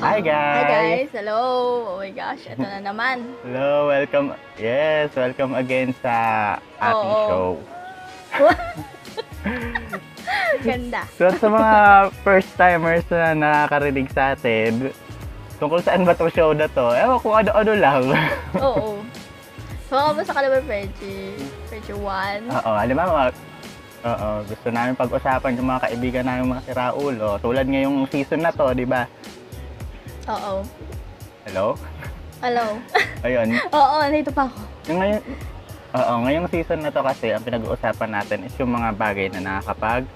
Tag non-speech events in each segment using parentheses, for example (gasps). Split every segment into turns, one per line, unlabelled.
Hi guys!
Hi guys! Hello! Oh my gosh, ito na
(laughs)
naman.
Hello, welcome. Yes, welcome again sa ating
Oo.
show.
(laughs) Ganda.
So sa mga first timers na nakakarinig sa atin, tungkol saan ba tong show na to? Ewan kung ano-ano lang. (laughs)
Oo. So, kamusta ka naman, Frenchie? Frenchie 1?
Oo, alam mo, mga- oo, gusto namin pag-usapan yung mga kaibigan namin mga si Raul. O, tulad ngayong season na to, di ba?
Oo.
Hello?
Hello? (laughs)
Ayun,
Oo, nandito pa ako.
Yung ngayon, oo, ngayong season na to kasi ang pinag-uusapan natin is yung mga bagay na nakakapag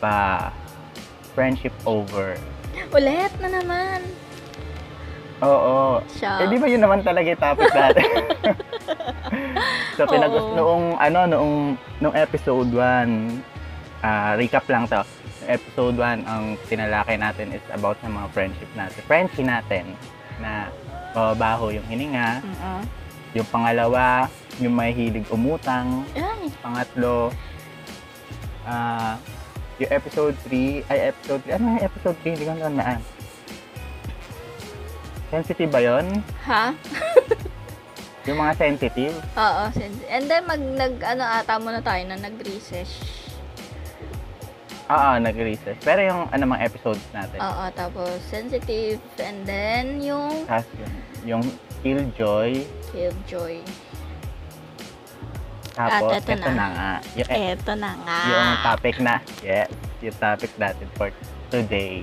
pa friendship over.
Ulit na naman.
Oo.
Siya.
Eh di ba yun naman talaga yung
(laughs)
topic natin? so pinag
Oo.
noong ano noong noong episode 1 ah, recap lang to. Noong Episode 1 ang tinalakay natin is about sa mga friendship natin. Friendship natin na babaho yung hininga,
Mm-mm.
yung pangalawa, yung may hilig umutang,
Ay,
Pangatlo, ah, yung episode 3, ay episode 3, ano yung episode 3? Hindi ko nalaan. Sensitive ba yun?
ha?
Yung mga sensitive?
Oo, since. And then, mag, nag, ano, ata muna tayo na nag-recess.
Oo, Ah, nag-research. Pero yung ano mga episodes natin.
Oo, tapos sensitive. And then, yung
Tapos yun, yung Killjoy,
Killjoy.
tapos
At Ah,
eto
eto na. Ah.
na nga. Yung, eh,
Eto na nga.
yung topic na, yes, yung topic natin for today.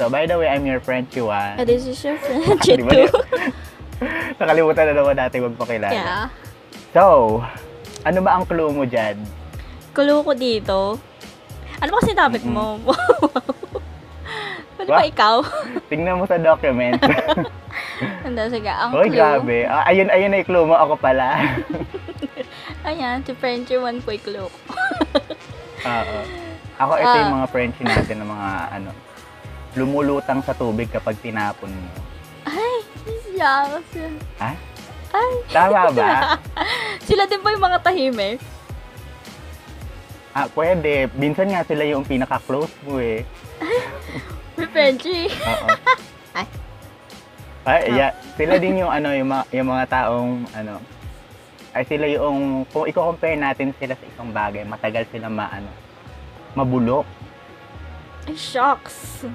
So, by the way, I'm your friend, Chiwan.
Ah, this is your friendship
Di ba (laughs)
too. (laughs)
yun? Nakalimutan na naman natin magpakilala.
Yeah.
So, ano ba ang clue mo dyan?
Kulo ko dito. Ano ba kasi topic mo? (laughs) Pwede
Wah.
ba ikaw?
Tingnan mo sa
(laughs)
document.
Handa, sige. Ang
Hoy,
clue.
grabe. Ah, ayun, ayun na yung clue mo. Ako
(laughs)
pala.
Ayan, si Frenchie one po yung clue. ko.
Oo. Ako, ito yung
Ah.
mga Frenchie natin ng mga ano, lumulutang sa tubig kapag tinapon mo.
Yeah, kasi
Tama
(laughs)
ba?
sila din po yung mga tahimik.
ah, pwede. Minsan nga sila yung pinaka-close mo eh.
Si Frenchie.
Oo.
(laughs) Ay. Ah.
Ay, yeah. Sila din yung ano, yung mga, yung mga taong ano, ay sila yung, kung i-compare natin sila sa isang bagay, matagal sila maano, mabulok.
Ay, shocks.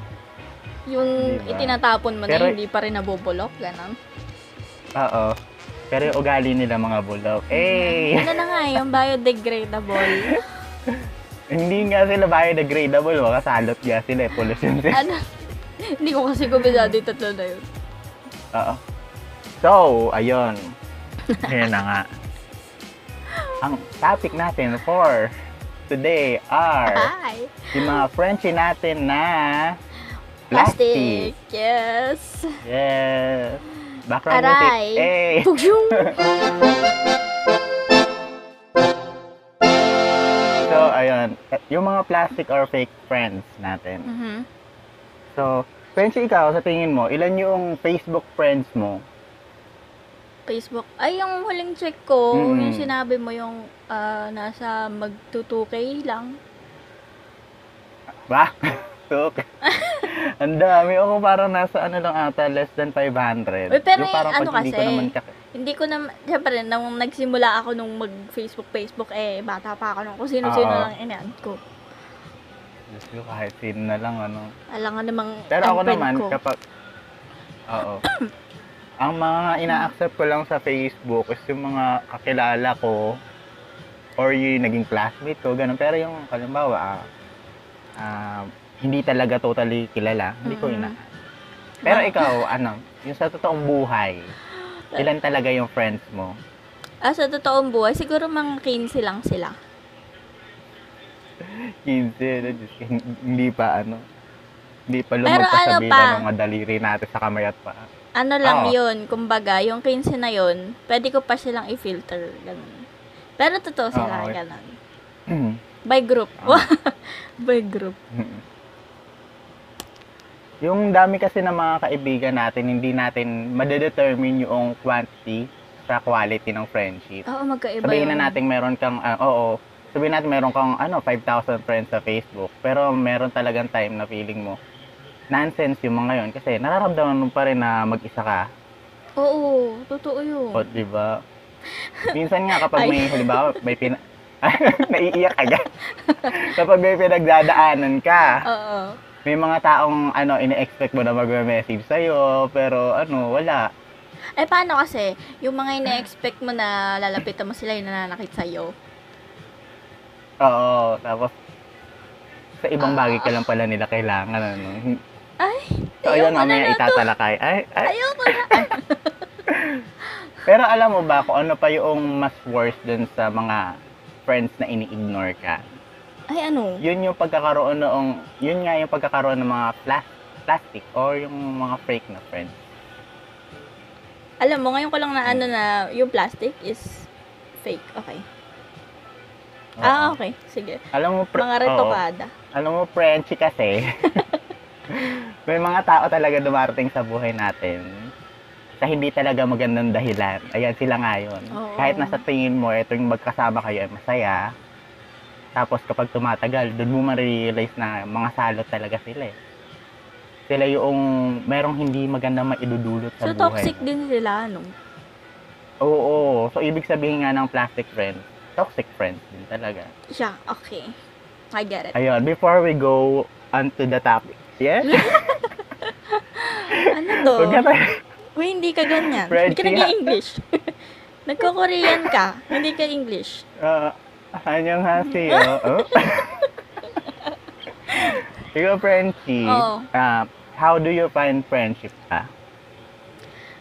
Yung
Diba?
itinatapon mo
Pero-
na hindi pa rin nabubulok, ganun.
Oo. Pero yung ugali nila mga bulldog. Eh, (laughs)
Ano na nga yung biodegradable?
hindi nga sila biodegradable. Makasalot nga sila. eh. Pollution sila. (laughs)
ano? Hindi ko kasi kumbinado yung tatlo na yun.
Oo. So,
(laughs)
ayun. Ayun na nga. Ang topic natin for today are
Hi!
yung mga Frenchie natin na
Plastic! Yes!
Yes. Background
Aray.
music. Eh.
Pugyong!
So, ayun. Eh, Yung mga plastic or fake friends natin.
Mhm.
So, Frenchie, ikaw, sa tingin mo, ilan yung Facebook friends mo
Facebook. Ay, yung huling check ko,
Mm.
yung sinabi mo yung ah, nasa mag-2K lang.
Ba? (laughs)
(laughs)
Tuk. Ang dami. Ako parang nasa ano lang ata, less than 500.
Uy,
Yung
pero yung
parang
ano
pag hindi ko
kasi,
naman kak-
Hindi ko na, syempre, nung nagsimula ako nung mag-Facebook, Facebook, eh, bata pa ako nung kung sino-sino
Oo.
lang in-add ko.
Diyos ko, kahit sino na lang ano.
Alam nga namang
Pero ako
unfriend
naman,
ko.
kapag... (clears throat) Oo. Ang mga ina-accept ko lang sa Facebook is yung mga kakilala ko or yung naging classmate ko, ganun. Pero yung, halimbawa, ah, ah, hindi talaga totally kilala, hindi ko
Mm.
ina. Pero ikaw, (laughs) ano, yung sa totoong buhay, ilan talaga yung friends mo?
Ah, sa totoong buhay, siguro mga 15 lang sila.
15, eh, na Diyos ko, hindi pa ano, hindi pa
Pero ano
lumagpasabitan
pa?
ng mga daliri natin sa kamay at paa.
ano lang
Oo.
yun, kumbaga, yung 15 na yun, pwede ko pa silang i-filter, ganun. Pero totoo sila,
Oo.
ganun.
(clears throat)
By group. (laughs) By group.
yung dami kasi ng mga kaibigan natin, hindi natin madedetermine yung quantity sa quality ng friendship.
Oo, magkaiba
Sabihin
Ano yun.
na natin meron kang, ah, oo, sabihin natin meron kang, ano, 5,000 friends sa Facebook, pero meron talagang time na feeling mo, nonsense yung mga yun kasi nararamdaman mo pa rin na mag-isa ka.
Oo, totoo yun.
O, di ba? Minsan nga kapag
Ay.
may, halimbawa, may pina... (laughs) naiiyak
(laughs)
agad. kapag may pinagdadaanan ka,
Oo.
may mga taong ano, ina-expect mo na mag-message sa'yo, pero ano, wala.
Eh, paano kasi, yung mga ina-expect mo na lalapitan mo sila yung nananakit sa'yo.
Oo, tapos sa ibang
Ah.
bagay ka lang pala nila kailangan, ano.
Ay,
So,
ayoko
ayun, Oh, mamaya
na na to.
itatalakay. Ay, ay.
Ayoko na.
Pero alam mo ba kung ano pa yung mas worse dun sa mga friends na ini-ignore ka?
Ay, ano?
Yun yung pagkakaroon noong, yun nga yung pagkakaroon ng mga plas- plastic or yung mga fake na friends.
Alam mo, ngayon ko lang na ano na yung plastic is fake. Okay.
Oo.
Ah, okay. Sige.
Alam mo, pre-
Mga
oo.
retokada.
alam mo, Frenchie
(laughs)
kasi, may mga tao talaga dumarating sa buhay natin sa hindi talaga magandang dahilan. Ayan, sila nga yun.
Oo.
Kahit nasa tingin mo, ito yung magkasama kayo ay masaya. Tapos kapag tumatagal, doon mo ma-realize na mga salot talaga sila eh. Sila yung merong hindi magandang maidudulot sa
So,
buhay.
toxic
mo.
din sila, ano?
Oo, So, ibig sabihin nga ng plastic friends, toxic friends din talaga.
Siya, okay. I get it.
Ayun, before we go on to the topic. Yes?
Ano to?
Huwag na tayo.
Uy, hindi ka ganyan.
Fred,
hindi ka
yeah.
nag-English. (laughs) Nagko-Korean ka. Hindi ka English.
Uh, 안녕하세요.
(laughs)
Oh. Ikaw, Frenchie,
Oo.
ah, how do you find friendship ka?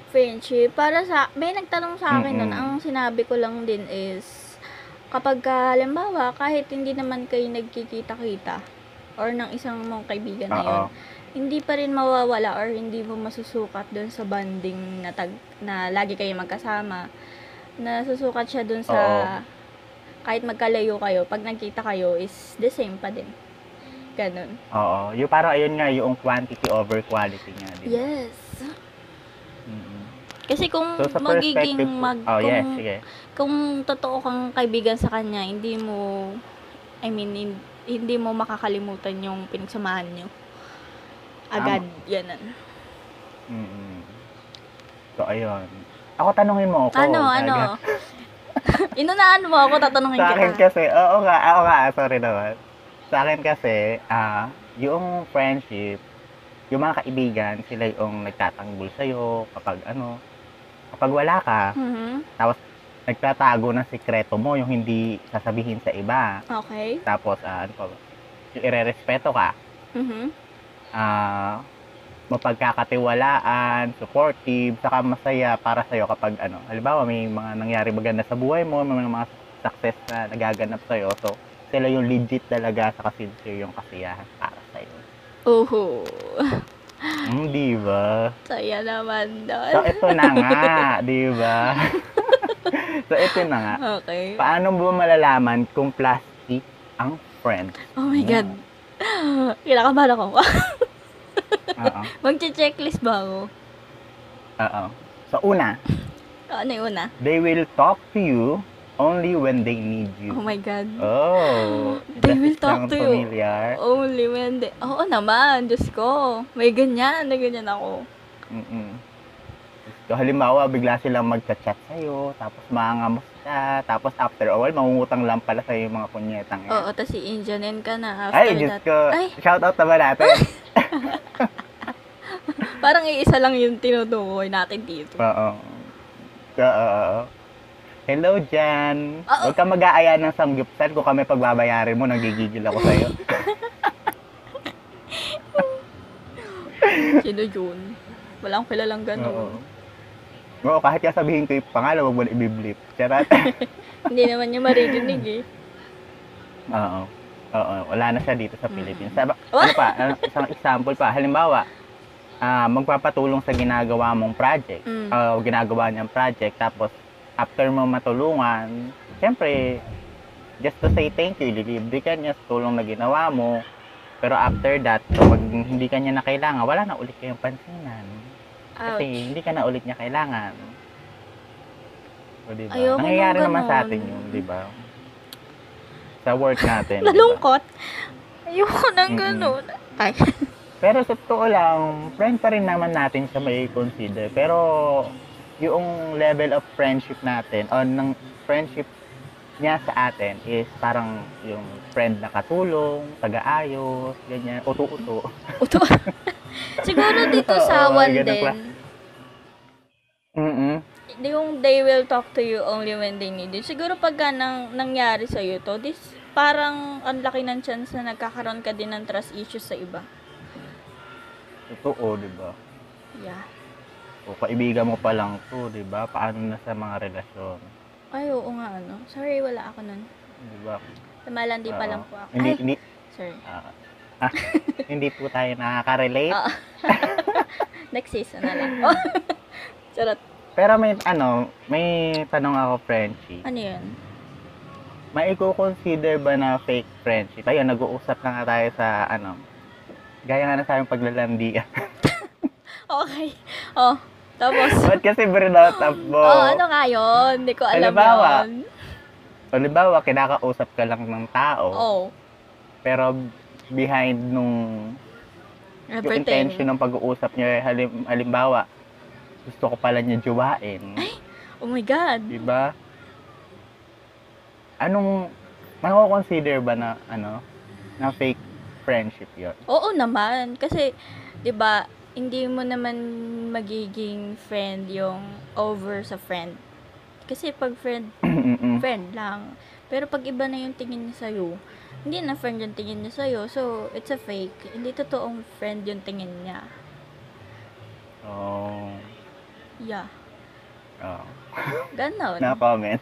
Friendship. Para sa... May nagtanong sa akin nun.
Mm-mm.
Ang sinabi ko lang din is... Kapag, ah, halimbawa, kahit hindi naman kayo nagkikita-kita or ng isang mong kaibigan na yun,
Oo.
hindi pa rin mawawala or hindi mo masusukat doon sa banding na, tag, na lagi kayo magkasama. Nasusukat siya doon sa
Oo.
kahit magkalayo kayo, pag nagkita kayo is the same pa din. Ganun.
Oo. Yung parang ayun nga, yung quantity over quality nga. Di ba?
Yes.
Mm-mm.
Kasi kung
So, sa
magiging
perspective...
mag
oh, yes,
kung,
sige.
kung totoo kang kaibigan sa kanya, hindi mo I mean hin- hindi mo makakalimutan yung pinagsamahan nyo. Agad, yanan.
Mm-mm. Mm-hmm. So, ayun. Ako, tanungin mo ako.
ano,
Gaga.
ano? (laughs) Inunaan mo ako, tatanungin
Sa
kita.
akin kasi, oo nga, oo nga, sorry naman. Sa akin kasi, ah, yung friendship, yung mga kaibigan, sila yung nagtatanggol sa'yo kapag ano, kapag wala ka,
Mhm.
nagtatago ng sikreto mo, yung hindi sasabihin sa iba.
Okay.
Tapos, ah, ano pa ba, yung irerespeto ka,
Mhm.
ah, mapagkakatiwalaan, supportive, saka masaya para sa'yo kapag ano, halimbawa may mga nangyari maganda sa buhay mo, may mga success na nagaganap sa'yo, so sila yung legit talaga sa sincere yung kasiyahan para sa'yo.
Oho.
Mm, di ba?
(laughs) Saya naman
So,
doon.
ito na nga, di ba? (laughs) so, ito na nga.
Okay.
Paano mo malalaman kung plastic ang friend?
Oh my God. Kinakabahan ako. (laughs)
Oo.
Magche-checklist ba ako?
Oo. So, una,
Ano yung una?
they will talk to you only when they need you.
Oh my God.
Oh,
They
that
will
is sound
talk to you.
familiar.
Only when they... Oo naman, Diyos ko. May ganyan, may ganyan ako.
Mm-mm. So, halimbawa, bigla silang magchat-chat sa'yo, tapos maangamos ka, tapos after a while, mangungutang lang pala sa'yo yung mga kunyetang yan.
Oo, tapos i-engineerin ka na after
Ay, Diyos
that.
ko.
Ay.
Shout out naman natin.
Parang iisa lang yung tinutukoy natin
(laughs)
dito.
(laughs) Oo. Oo, Oo. oo. Hello, Jan.
Oo.
Huwag ka mag-aaya ng sanggupsan kung kami pagbabayarin mo, nagigigil ako sa'yo.
Sino yun? Wala akong kilalang
Oo.
(laughs) ganun.
Oo, kahit ka sabihin ko yung pangalan, huwag mo na ibiblip. Charot. (laughs)
Hindi naman niya maririnig eh.
Oo. Oo, wala na siya dito sa Philippines. Saba,
Wah!
ano pa, ano- isang example pa. Halimbawa, ah, magpapatulong sa ginagawa mong project,
Mm.
ah, o ginagawa niyang project, tapos after mo matulungan, syempre, just to say thank you, ililibre ka niya sa tulong na ginawa mo. Pero after that, kapag hindi ka niya na kailangan, wala na ulit kayong pansinan. Kasi
Ouch.
hindi ka na ulit niya kailangan. O, diba?
Ayoko nung
Nangyayari naman sa
ganun.
atin yun, di ba? Sa work natin. diba?
Nalungkot. Ayoko ng
Mm-mm.
ganun. Ay.
Pero sa totoo lang, friend pa rin naman natin siya may consider. Pero yung level of friendship natin, o ng friendship niya sa atin is parang yung friend na katulong, taga-ayos, ganyan, utu-utu.
Uto.
(laughs)
Siguro dito sa
Oo,
one
ganun
din.
pala. Mm-mm.
Yung they will talk to you only when they need you. Siguro pagka nang, nangyari sa'yo to, this, parang ang laki ng chance na nagkakaroon ka din ng trust issues sa iba.
Totoo, di ba?
Yeah.
O kaibigan mo pa lang to, di ba? Paano na sa mga relasyon?
Ay, oo nga, ano. Sorry, wala ako nun.
Di ba?
Tumalandi pa
Oo.
lang po ako.
Hindi,
Ay,
hindi,
sorry.
ah,
(laughs)
ah, hindi po tayo nakaka-relate.
Oo. Next season na lang. Oh. (laughs) Charot.
Pero may ano, may tanong ako, Frenchie.
Ano yun?
Maiko-consider ba na fake friendship? Ayun, nag-uusap na nga tayo sa ano, gaya nga na sa aming paglalandian.
(laughs) Okay. Oh, tapos.
Ba't kasi burnout
(laughs)
up mo?
Oh, ano nga yun? Hindi ko alam
Halimbawa.
yun.
Halimbawa, kinakausap ka lang ng tao,
Oh,
pero behind nung yung intention
repertain.
ng pag-uusap niyo, eh, halim, halimbawa, gusto ko pala niya jowain.
Oh my God.
Di ba? Diba? Anong, mako-consider ba na, ano, na fake friendship (clears throat) yon
Oo naman. Kasi, di ba, hindi mo naman magiging friend yung over sa friend. Kasi pag friend,
Hmm?
friend lang. Pero pag iba na yung tingin niya sa'yo, hindi na friend yung tingin niya sa'yo. So, it's a fake. Hindi totoong friend yung tingin niya.
oh,
Yeah.
oh.
Ganon.
No comment.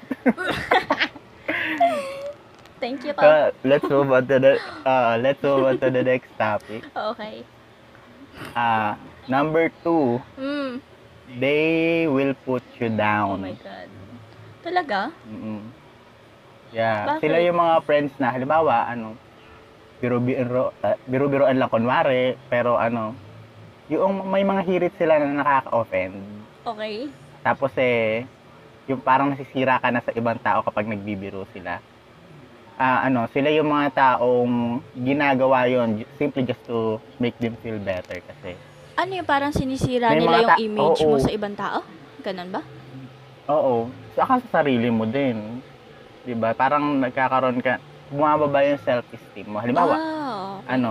Thank you. Ka.
Uh, (laughs) let's move on to the uh, let's move on to the next topic.
Okay.
Uh, number two,
Mm.
they will put you
Oh
down.
my God. Talaga?
Mm-mm. Yeah.
Bakit?
Sila yung mga friends na, halimbawa, ano, biro-biro, ah, biro-biroan lang kunwari, pero ano, yung may mga hirit sila na nakaka-offend.
Okay.
Tapos eh, yung parang nasisira ka na sa ibang tao kapag nagbibiro sila. Ah, ano, sila yung mga taong ginagawa yon ju- simply just to make them feel better kasi.
Ano yung parang sinisira
May mga
nila yung
ta-
image mo
oo.
sa ibang tao? Ganon ba?
Oo, saka sa sarili mo din. 'Di ba? Parang nagkakaroon ka, bumababa yung self-esteem mo. Halimbawa,
Wow.
ano,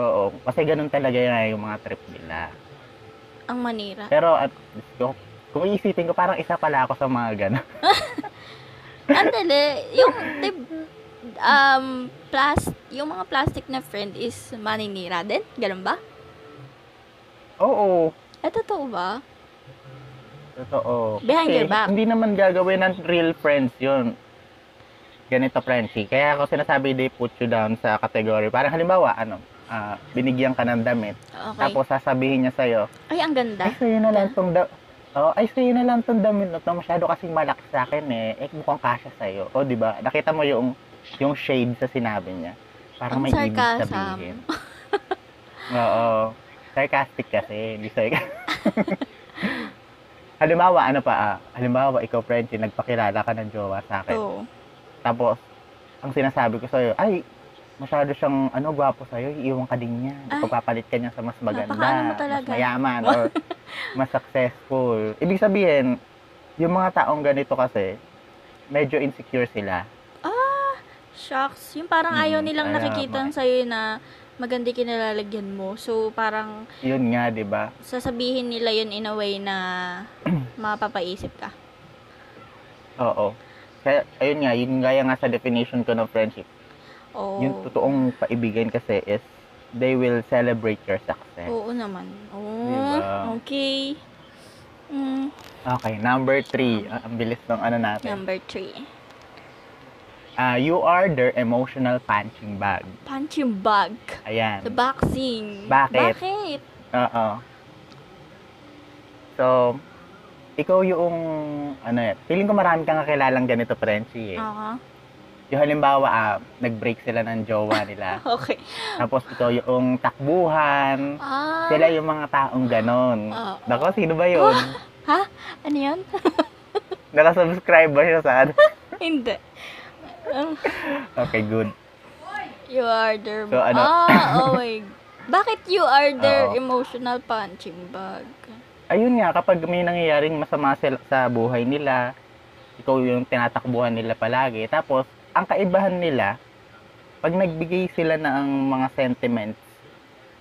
oo, kasi ganun talaga yun, yung mga trip nila.
Ang manira.
Pero at least ko, kung iisipin ko, parang isa pala ako sa mga ganun. (laughs)
Andali, yung tip, um, plus, yung mga plastic na friend is maninira din? Ganon ba?
Oo,
Eh, totoo ba?
totoo.
Behind
Kasi
your back.
Hindi naman gagawin ng real friends yun. Ganito, Frenchie. Kaya ako sinasabi, they put you down sa category. Parang halimbawa, ano, ah, binigyan ka ng damit.
Okay.
Tapos sasabihin niya sa'yo,
Ay, ang
ay,
ganda.
sa'yo na lang tong da- Oh, ay, sa'yo na lang tong damit na to. Masyado kasing malaki sa akin eh. Eh, mukhang kasya sa'yo. O, di ba? Nakita mo yung, yung shade sa sinabi niya. Parang
Ang
may ibig
sarcasm. (laughs)
sabihin. Oo. Sarcastic kasi. Hindi sarcastic. (laughs) halimbawa, ano pa ah. Halimbawa, ikaw, Frenchie, nagpakilala ka ng jowa sa akin.
Oo.
Tapos, ang sinasabi ko sa'yo, ay, masyado siyang, ano, gwapo sa'yo, iiwan ka din niya.
Ay.
Pagpapalit ka niya sa mas maganda,
Napakaano mo
mas
talaga.
mayaman,
(laughs)
or mas successful. Ibig sabihin, yung mga taong ganito kasi, medyo insecure sila.
Shocks. Yung parang ayaw
Mm,
nilang
ayaw,
nakikita
bakit?
sa'yo na maganda yung kinalalagyan mo. So, parang
Yun nga, di ba?
sasabihin nila yun in a way
(clears throat)
na mapapaisip ka.
Oo. Kaya, ayun nga, yun gaya nga sa definition ko ng friendship.
Oo.
Yung totoong kaibigan kasi is, they will celebrate your success.
Oo naman. Oo.
Diba?
Okay. Mm,
Okay, number three. Ah, Ang bilis ng ano natin.
number three.
Ah, you are their emotional punching bag.
Punching bag.
Ayan.
The boxing.
Bakit?
Bakit?
Oo. So, ikaw yung, ano eh, feeling ko marami kang kakilalang ganito, Frenchie eh.
Ah,
Yung halimbawa, ah, nag-break sila ng jowa
(laughs)
nila.
okay.
Tapos ikaw yung takbuhan.
Ah,
Sila yung mga taong ganon.
Oo.
Nako, sino ba yun?
Ah. ano yan?
Nakasubscribe ba siya sa ano?
(laughs)
(laughs)
Hindi. Ah,
Okay, good.
you are the...
So, ano? (laughs)
Ah, oh my Bakit you are their
Oo.
emotional punching bag?
ayun nga, kapag may nangyayaring masama sila sa buhay nila, ikaw yung tinatakbuhan nila palagi. Tapos, ang kaibahan nila, pag nagbigay sila ng mga sentiments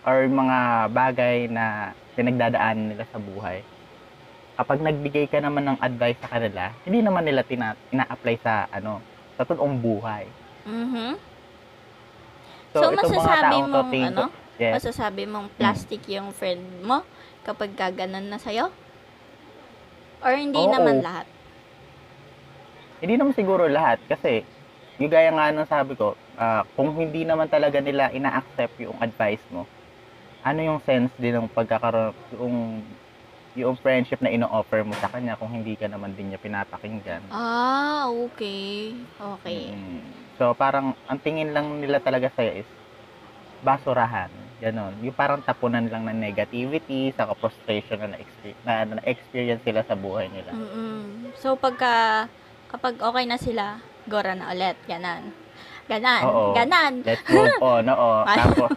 or mga bagay na pinagdadaanan nila sa buhay, kapag nagbigay ka naman ng advice sa kanila, hindi naman nila tina- ina-apply sa, ano, sa totoong buhay.
Mhm.
So,
So,
itong mga
masasabi
taong to,
mong,
tingin ko-
ano?
Yes.
Masasabi mong plastic yung friend mo kapag kaganan na sa'yo? Or hindi
Oo.
naman lahat?
hindi naman siguro lahat kasi yung gaya nga nung sabi ko, ah, kung hindi naman talaga nila ina-accept yung advice mo, ano yung sense din ng pagkakaroon, yung, yung friendship na ino-offer mo sa kanya kung hindi ka naman din niya pinapakinggan.
Ah, okay. Okay.
Mm. So, parang ang tingin lang nila talaga sa'yo is basurahan. Ganon. Yung parang tapunan lang ng negativity, sa frustration na na-expe- na na-experience sila sa buhay nila.
Mm-mm. So, pagka, kapag okay na sila, gora na ulit. Ganan. Ganan.
Oo.
Ganan.
Let's move on.
(laughs)
Oo.
Ay.
Tapos,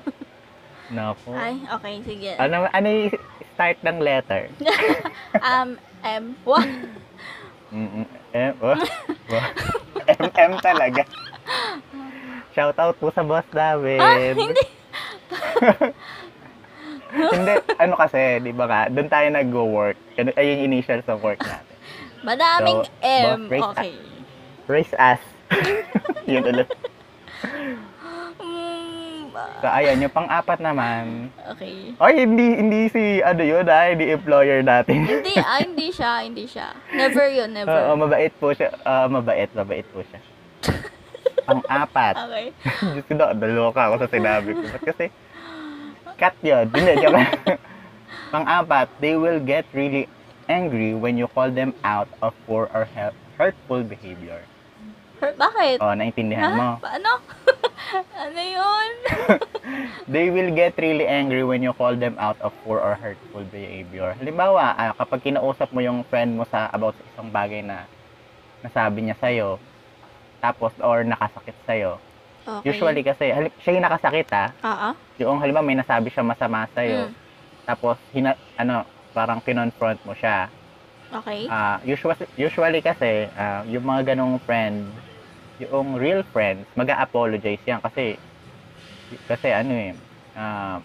naku.
Ay, okay. Sige.
Ano, ano yung start ng letter?
Um, M. What?
Mm-mm. M, oh, oh. MM talaga. Shout out po sa boss namin. hindi. (laughs) hindi, ano kasi, di ba nga, doon tayo nag-work. Ano- Ay, yung initials ng work natin.
Madaming
So,
M.
both race
Okay.
Raise us. (laughs) Yun ulit.
Mm, ah,
So, ayan, yung pang-apat naman.
okay.
Ay, hindi, hindi si, ano yun, ay, hindi employer natin.
Hindi, ah, hindi siya, hindi siya. Never
(laughs)
yun,
Oo,
never.
mabait po siya. Ah, mabait, mabait po siya. Pang-apat.
Okay.
Diyos ko, nakadaloka ako sa sinabi ko. Ba't kasi, cut yun. Hindi, joke lang. Pang-apat, they will get really angry when you call them out of poor or hel- hurtful behavior.
Her- bakit?
O, naintindihan mo.
Ha? Ano? (laughs) ano yun?
They will get really angry when you call them out of poor or hurtful behavior. Halimbawa, ah, kapag kinausap mo yung friend mo sa about sa isang bagay na nasabi niya sa'yo, tapos or nakasakit sa'yo.
Okay.
Usually kasi, hali- siya yung nakasakit ah,
Oo.
yung halimbawa may nasabi siya masama sa iyo
Mm.
tapos hina, ano parang kinonfront mo siya
Okay.
Ah. usually usually kasi ah, yung mga ganong friend yung real friends mag-apologize yan kasi kasi ano eh ah,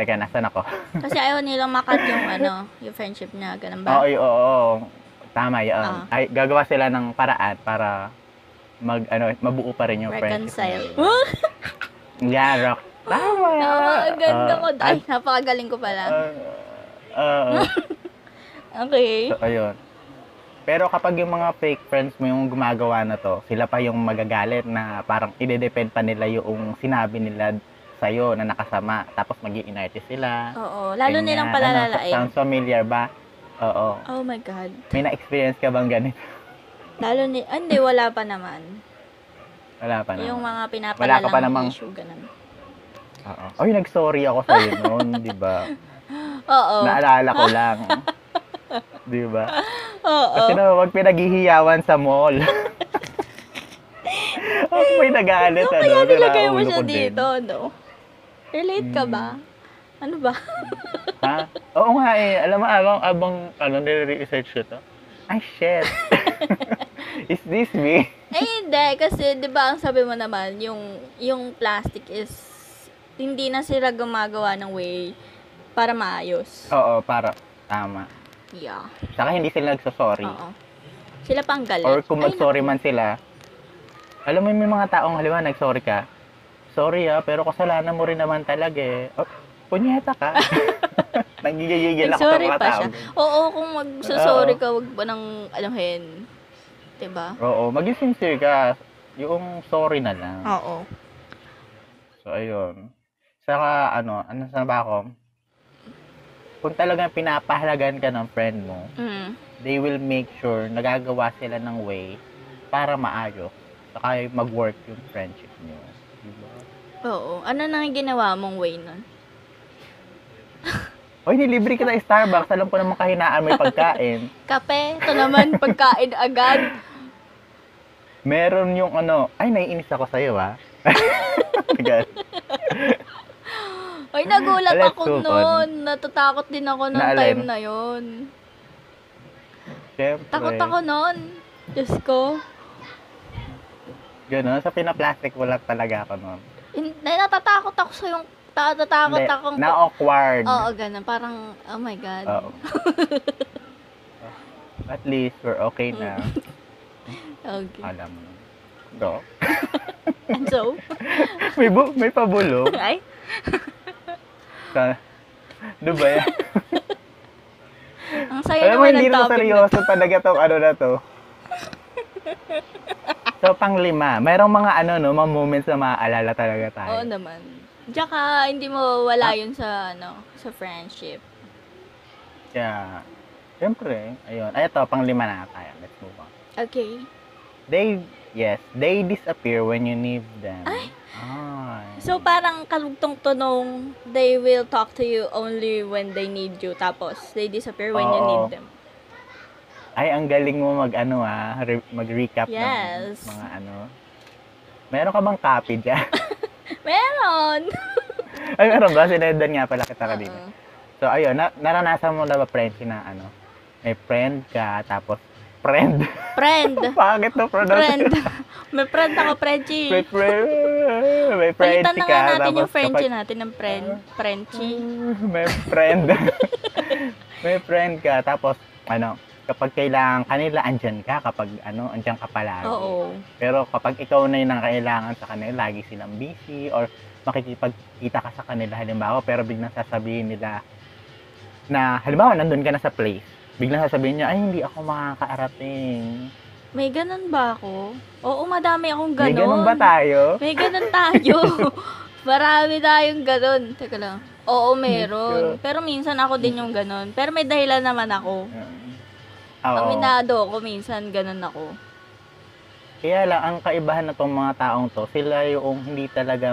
teka nasan ako
Kasi ayaw nilang makat yung ano, yung friendship na
oo
ganun ba?
oo, oo tama yun
Diba? Ah.
ay gagawa sila ng paraan para mag ano mabuo pa rin yung
Reconcile.
friendship yeah rock tama
Napakaganda
Ah,
ko. Ay, napakagaling ko
ah,
pala.
ah, oo.
Okay.
So, ayun. Pero kapag yung mga fake friends mo yung gumagawa na to, sila pa yung magagalit na parang idedepend pa nila yung sinabi nila sa'yo na nakasama. Tapos mag inarte sila.
Oo. Lalo
Ganyan.
nilang
Ano,
palalalain.
sounds familiar ba? Oo.
Oh my God.
May na-experience ka bang ganito?
Lalo ni... ah, hindi, wala pa naman.
Wala pa naman.
Yung mga
Wala ka pa namang-
pinapalalang issue, ganun.
Oo. Ay, nag-sorry ako sa'yo noon, (laughs) di ba?
Oo.
Naalala
(laughs)
ko lang. di ba?
Oo.
Kasi naman, huwag pinaghihiyawan sa mall.
(laughs)
Huwag may nagalit.
Ano kaya
ano,
nilagay mo
nakaulo
siya
ko din.
dito, no? Relate ka
Mm.
ba? Ano ba?
Ha? Oo nga eh. Alam mo, abang, abang, ano, nire-research ko to. Ay, shit.
(laughs)
Is this me?
Eh, hindi. Kasi, di ba, ang sabi mo naman, yung, yung plastic is, hindi na sila gumagawa ng way para maayos.
Oo, para. Tama.
Yeah.
Saka hindi sila nagsasorry.
Oo. Sila pa ang galit.
Or kung
Ay,
mag-sorry man sila, alam mo may mga taong halimbawa nag-sorry ka, sorry ah, pero kasalanan mo rin naman talaga eh. Oh, punyeta ka.
(laughs)
Nagigigil ako sa
Sorry
mga Oh.
pa
taong
siya.
ganyan.
Oo, kung magsasorry ka, wag ba nang alahin? Diba?
Oo, maging sincere ka. Yung sorry na lang.
Oo.
So, ayun. Saka, ano, ano sa ba ako? Kung talagang pinapahalagan ka ng friend mo,
Mm.
they will make sure nagagawa sila ng way para maayos. Saka mag-work yung friendship niyo. Diba?
Oo. Ano nang ginawa mong way nun?
Oy, nilibre kita sa Starbucks. Alam ko naman kahinaan may pagkain.
Kape, ito naman, (laughs) pagkain agad.
Meron yung ah. (laughs) ano, ay, naiinis ako sa'yo, ha? Ganun.
Oy, nagulat
Let's
ako
move on.
noon. Natatakot din ako nung
Naalala
time
mo?
na yon.
Siyempre.
Takot ako noon. Diyos ko.
Ganun, sa pinaplastic wala talaga ako nun.
In, na- natatakot ako sa yung natatakot
Hindi,
akong
Na-awkward.
Oo, ganun. Parang, oh my God. (laughs)
Oo. At least, we're okay
(laughs)
na.
Okay.
Alam mo. So,
And so, (laughs)
may, bu- may pabulo.
ay,
Sa, (laughs) diba yan?
ang saya
Alam mo,
naman
hindi
ng
na
topic na.
seryoso talaga tong ano na
(laughs)
to. so, pang lima. Mayroong mga ano, no, mga moments na maaalala talaga tayo.
Oo naman. Tsaka, hindi mo wala
Ah.
yun sa, ano, sa friendship.
Kaya, siyempre, ayun. Ay, ito, pang lima na tayo. Let's move on.
Okay.
They, yes, they disappear when you need them. Ay!
So, parang kalugtong to nung they will talk to you only when they need you. Tapos, they disappear when you
Oo.
need them.
Ay, ang galing mo mag, ano, ah, re- mag-recap
Yes.
ng mga ano. Meron ka bang copy dyan?
Meron!
Ay, meron ba? Sinendan nga pala kita kanina.
Oo.
So, ayun, na- naranasan mo na ba, friend, na ano, may friend ka, tapos,
(laughs)
friend. (laughs)
Friend!
Bakit na pronounce?
friend. (laughs) May friend ako,
(laughs) May
Frenchie.
friend. May friend
Palitan
ka.
na nga natin yung
tapos
Frenchie
kapag-
natin ng friend. Frenchie.
(laughs) May friend. (laughs) may friend ka, tapos, ano, kapag kailangan kanila, andyan ka. Kapag, ano, andyan ka palagi.
Oo.
Pero kapag ikaw na yun ang kailangan sa kanila, lagi silang busy or makikipagkita ka sa kanila halimbawa pero biglang sasabihin nila na halimbawa nandun ka na sa place. Biglang sasabihin niya, ay hindi ako makakaarating.
May ganun ba ako? Oo, madami akong
May ganun
ganun.
ba tayo?
May ganun tayo. (laughs) Marami tayong ganun. Teka lang. Oo, meron. Pero minsan ako din yung ganun. Pero may dahilan naman ako.
Oo.
Aminado ako minsan ganun ako.
Kaya lang, ang kaibahan na tong mga taong to, sila yung hindi talaga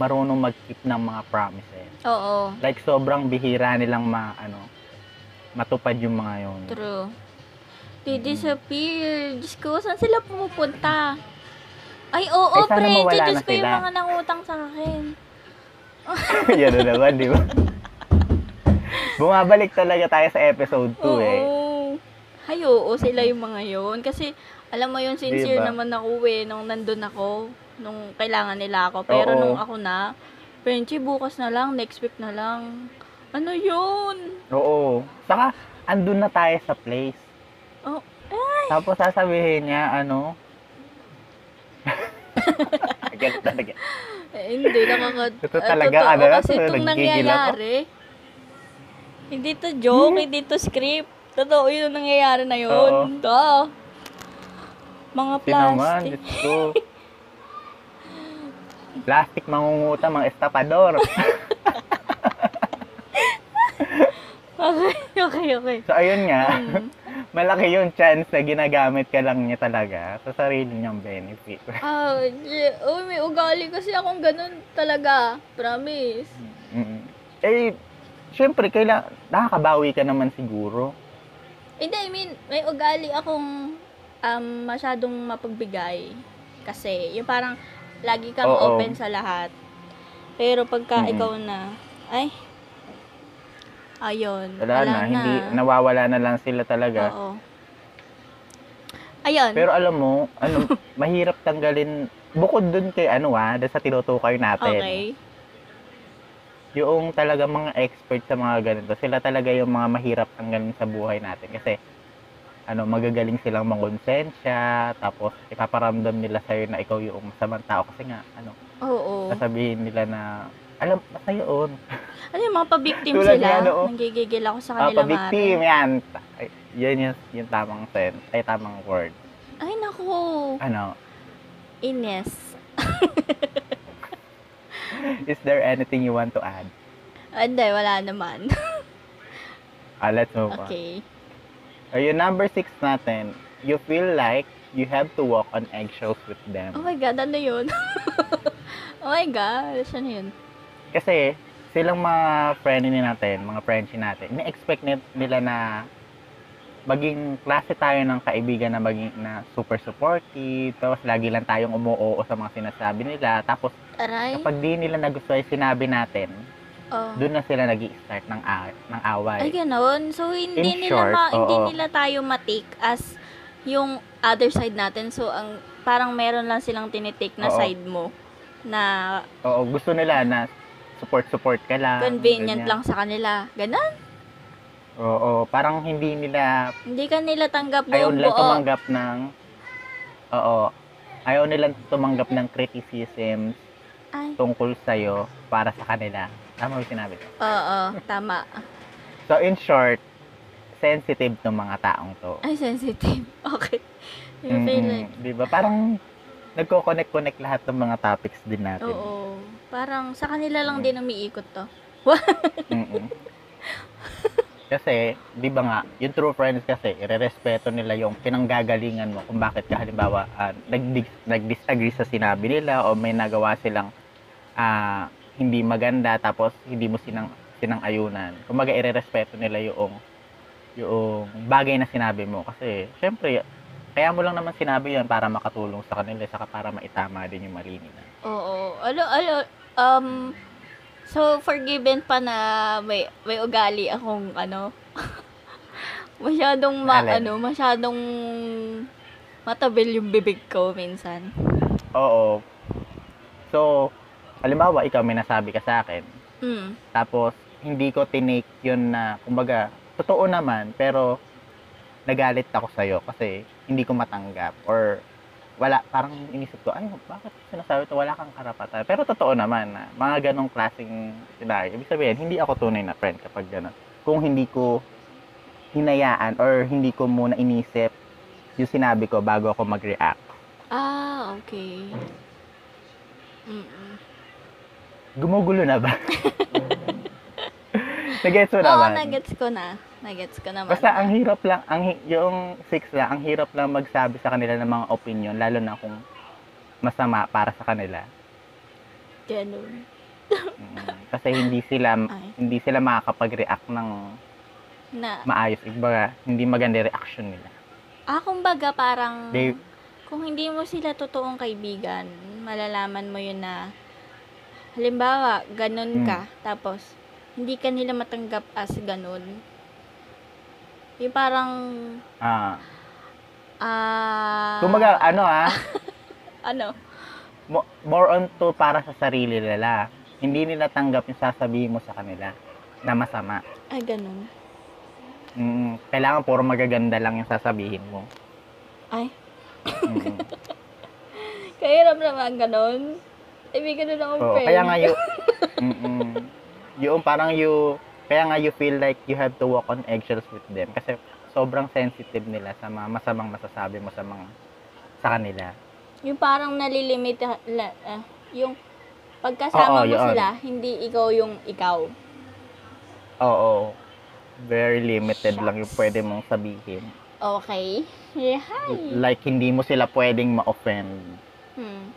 marunong mag-keep ng mga promises.
Oo,
Like, sobrang bihira nilang ma, ano, matupad yung mga yun.
true. They disappear. Diyos ko, saan sila pumupunta? Ay, oo,
Eh, sana
Frenchie.
mawala
Diyos
na
ko, yung
sila.
mga nangutang sa akin.
(laughs) Yan na naman, di ba? Bumabalik talaga tayo sa episode 2
Oo.
eh.
Ay, oo, sila yung mga yun. Kasi, alam mo yun, sincere
Diba?
naman ako eh, nung nandun ako, nung kailangan nila ako. Pero
Oo.
nung ako na, Frenchie, bukas na lang, next week na lang. Ano yun?
Oo. Saka, andun na tayo sa place.
Oh,
Tapos sasabihin niya, ano? Ganun talaga.
eh, hindi,
(laughs)
nakaka...
Ito
ah,
talaga,
totoo,
ano na
kasi
to,
itong
nagigigil ako.
nangyayari, hindi to joke, hindi to script. Totoo yun, nangyayari na
Hmm? Oo.
yun. Duh. Mga
Tinaman,
plastic.
Diyos ko. Plastic mangunguta, mga estapador.
(laughs) Okay, okay, okay.
(laughs) So, ayun nga.
Hmm.
(laughs) Malaki yung chance na ginagamit ka lang niya talaga sa sarili niyang benefit.
Ah, je- uy, may ugali kasi akong ganun talaga. Promise.
Mm. Eh, syempre, kaila, nakakabawi ka naman siguro.
Hindi, I mean, may ugali akong um, masyadong mapagbigay. Kasi, yung parang lagi kang
Oo.
open sa lahat. Pero pagka
Mm-mm.
ikaw na, ay, ayun,
Wala na, hindi, nawawala na lang sila talaga.
Oo. Ayun.
Pero alam mo,
(laughs)
ano, mahirap tanggalin, bukod dun kay ano ah, dahil sa tinutukoy natin,
okay.
yung talaga mga expert sa mga ganito, sila talaga yung mga mahirap tanggalin sa buhay natin. Kasi, ano, magagaling silang mangonsensya, tapos ipaparamdam nila sa'yo na ikaw yung masamang tao. Kasi nga, ano, (laughs)
Oo.
sasabihin nila na, alam, basta yun.
Ano yung mga pabiktim
Tulad
sila?
yan, oo.
Nanggigigil ako sa
Ah,
kanila,
pabiktim,
mare.
yan. Ay, Yan yung, yung tamang sense, ay tamang word.
Ay, naku.
Ano, (laughs)
Ines.
is there anything you want to add?
Ah, Hindi, wala naman.
Ah, let's move on.
okay.
Ayun, number six natin. You feel like you have to walk on eggshells with them.
Oh my God, ano yun? (laughs) oh my God, ano yun?
Kasi, silang mga friendly natin, mga friendship natin, ini-expect ni- nila na maging klase tayo ng kaibigan na maging na super supportive, tapos lagi lang tayong umuoo sa mga sinasabi nila, tapos
Aray?
kapag di nila nagustuhan yung sinabi natin,
Oh.
doon na sila nag start ng, a- ng away.
Ay, ganun. So, hindi
In
nila
short,
ma- hindi
oo.
nila tayo matake as yung other side natin. So, ang parang meron lang silang tinitake na
Oo.
side mo na
Oo, gusto nila na support-support ka lang. Ah,
convenient
ganyan.
lang sa kanila. Ganun.
Oo, parang hindi nila,
Hindi ka nila tanggap
ayaw
buong
nila
buo.
tumanggap ng, oo, ayaw nila tumanggap ng criticism
Ay,
tungkol sa'yo para sa kanila. Tama yung sinabi ko.
oo, tama.
So, in short, sensitive ng mga taong to.
Ay, sensitive. (laughs) Okay. I
Mm,
feel like,
Di ba? Parang nagko-connect-connect lahat ng mga topics din natin.
oo. Parang sa kanila
Mm.
lang din umiikot to.
Mm-mm. kasi, di ba nga, yung true friends kasi, irerespeto nila yung pinanggagalingan mo kung bakit ka halimbawa ah, nag-dis- nag-disagree sa sinabi nila o may nagawa silang ah, hindi maganda tapos hindi mo sinang sinang-ayunan. Kumbaga, irerespeto nila yung yung bagay na sinabi mo kasi syempre kaya mo lang naman sinabi yan para makatulong sa kanila eh, saka para maitama din yung mali nila.
Oo. Alo, alo, um, so forgiven pa na may, may ugali akong, ano, (laughs) masyadong, ma,
Alin?
ano, masyadong matabil yung bibig ko minsan.
Oo. So, halimbawa, ikaw may nasabi ka sa akin.
Mm.
Tapos, hindi ko tinake yun na, kumbaga, totoo naman, pero nagalit ako sa'yo kasi hindi ko matanggap. Or, wala, parang inisip ko, ay, bakit sinasabi to wala kang karapatan. Pero totoo naman, na, mga ganong klaseng scenario. Ibig sabihin, hindi ako tunay na friend kapag ganon. Kung hindi ko hinayaan or hindi ko muna inisip yung sinabi ko bago ako mag-react.
Ah, okay. Mm-mm.
Gumugulo na ba? Nag-gets mo
Oo,
naman?
nagets ko na. Nagets ko naman.
Basta ang hirap lang, ang hi- yung six lang, ang hirap lang magsabi sa kanila ng mga opinion, lalo na kung masama para sa kanila.
Ganun.
Mm, Kasi hindi sila
Ay,
hindi sila makakapag-react ng
na.
maayos. Iba, hindi maganda yung reaction nila.
Ah, kumbaga parang,
They-
kung hindi mo sila totoong kaibigan, malalaman mo yun na, halimbawa, ganun
Mm.
ka, tapos, hindi ka nila matanggap as ganun. Yung parang,
Ah.
ah,
Kumbaga, ano ah,
ano,
mo- more on to para sa sarili nila. Hindi nila tanggap yung sasabihin mo sa kanila na masama.
ay ganun.
Mm, kailangan puro magaganda lang yung sasabihin mo.
Ay,
Mm.
kahiram naman ganun. Ay, may ganun akong
Oo,
friend.
kaya nga you, mm yung parang you, kaya nga you feel like you have to walk on eggshells with them kasi sobrang sensitive nila sa mga masamang masasabi mo sa mga sa kanila.
Yung parang nalilimit, la, ah, yung pagkasama
Oo,
mo
yun.
sila, hindi ikaw yung ikaw.
Oo. Very limited lang yung
Shucks.
pwede mong sabihin.
Okay? (laughs) Hi!
Like hindi mo sila pwedeng ma-offend.
Hmm.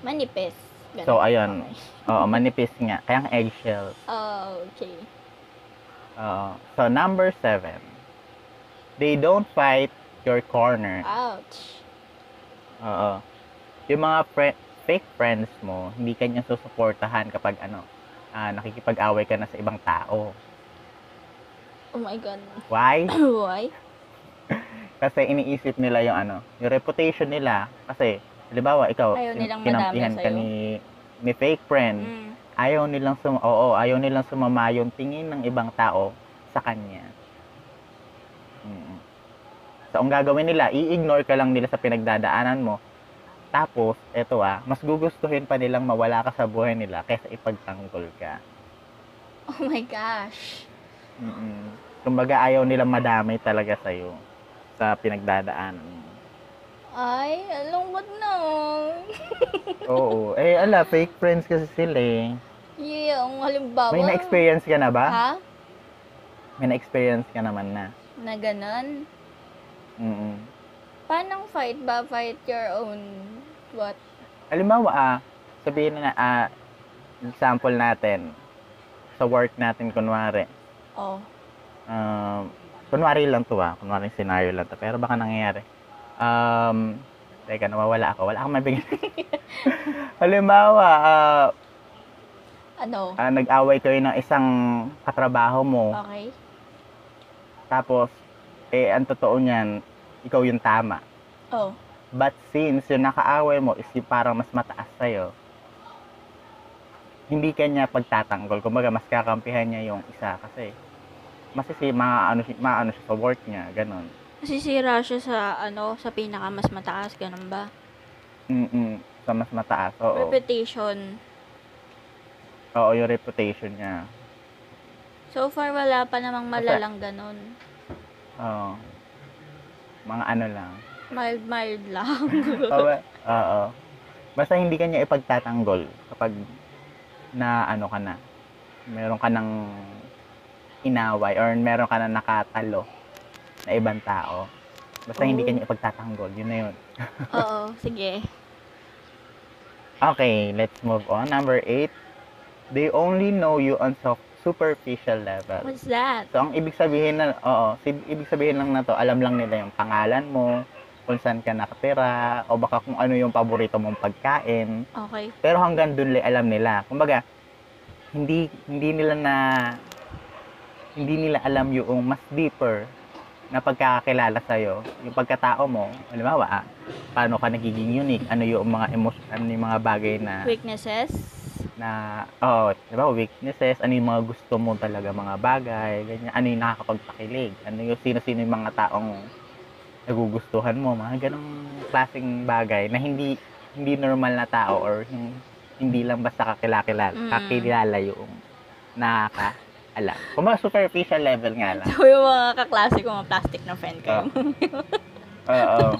Manipis. Ganun.
So ayun. Oo, manipis nga. Kaya ang eggshells.
Oh, Okay.
Oo. So number seven. They don't fight your corner.
Ouch.
Oo. Yung mga fri- fake friends mo, hindi ka niya susuportahan kapag ano, ah, nakikipag-away ka na sa ibang tao.
Oh my god. (coughs)
Why?
Why?
Kasi iniisip nila yung ano, yung reputation nila. Kasi, halimbawa, ikaw,
Ayaw
sin-
nilang
kinampihan
madamay
ka
sa'yo.
ni, ni fake friend.
Mm.
Ayaw nilang, sum- oo, ayaw nilang sumama yung tingin ng ibang tao sa kanya. Mm. So, ang gagawin nila, i-ignore ka lang nila sa pinagdadaanan mo. Tapos, eto ah, mas gugustuhin pa nilang mawala ka sa buhay nila kaysa ipagtanggol ka.
Oh my gosh.
Mm-mm. Kumbaga, ayaw nilang madamay talaga sa'yo sa pinagdadaanan mo.
Ay, alam ko na. oh.
Oo. Eh, ala, fake friends kasi sila eh.
Yeah, ang halimbawa.
May na-experience ka na ba?
Ha?
May na-experience ka naman na.
Na ganun?
Mm-mm.
Paano fight ba? Fight your own what?
Halimbawa ah, sabihin na na, ah, example natin, sa work natin kunwari,
Oh.
um, kunwari lang to ah, kunwari scenario lang to, pero baka nangyayari. Um, (laughs) teka, nawawala ako. Wala akong mabigyan. Halimbawa, ah,
Ano?
ah, nag-away kayo ng isang katrabaho mo,
Okay?
tapos, eh, ang totoo niyan, ikaw yung tama.
Oh.
But since yung nakaaway mo is yung parang mas mataas sa'yo, hindi ka niya pagtatanggol. Kumbaga, mas kakampihan niya yung isa kasi masisi, maano, si- maano siya sa work niya, ganun.
Nasisira siya sa, ano, sa pinaka mas mataas, ganun ba?
Mm-mm, sa mas mataas, oo.
Reputation.
Oo, yung reputation niya.
So far, wala pa namang
Kasi-
malalang ganun.
Oo. Mga ano lang.
Mild-mild lang.
(laughs) Oo. Oo. Basta hindi kanya ipagtatanggol kapag na ano ka na. Meron ka ng inaway or meron ka na nakatalo na ibang tao. Basta hindi
Oh.
kanya ipagtatanggol. Yun na yun.
Oo, sige.
Okay, let's move on. Number eight. They only know you on soft superficial level.
What's that?
So, ang ibig sabihin na, oo, si- ibig sabihin lang na to, alam lang nila yung pangalan mo, kung saan ka nakatira, o baka kung ano yung paborito mong pagkain.
Okay.
Pero hanggang doon lang alam nila. Kumbaga, hindi hindi nila na hindi nila alam yung mas deeper na pagkakakilala sa'yo, yung pagkatao mo, halimbawa, ah, paano ka nagiging unique, ano yung mga emotion, ano yung mga bagay na,
Weaknesses? (laughs)
na oh, di ba, weaknesses, ano yung mga gusto mo talaga, mga bagay, ganyan, ano yung nakakapagpakilig, ano yung sino-sino yung mga taong nagugustuhan mo, mga ganong klaseng bagay na hindi hindi normal na tao or hin- hindi lang basta kakilakilala,
Mm.
kakilala yung nakakaalam. Kung mga superficial level nga lang.
So, yung mga kaklase ko, mga plastic na friend ko.
Oo. Oo.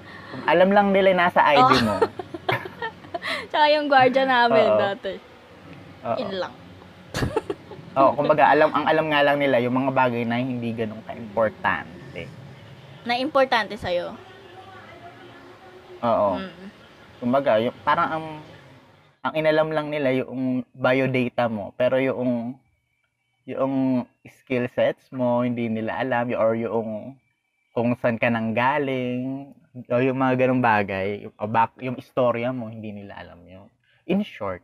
Kung alam lang nila yung nasa ID mo.
(laughs) Tsaka yung guardia namin
Oo.
dati.
Oo.
Yun lang.
Oo, kumbaga, alam, ang alam nga lang nila yung mga bagay na hindi ganun ka-importante.
Na importante sa'yo.
Oo.
Mm.
Kumbaga, yung, parang ang ang inalam lang nila yung biodata mo, pero yung yung skill sets mo hindi nila alam y- or yung kung saan ka nang galing o yung mga ganong bagay o back, yung istorya mo hindi nila alam yun. In short,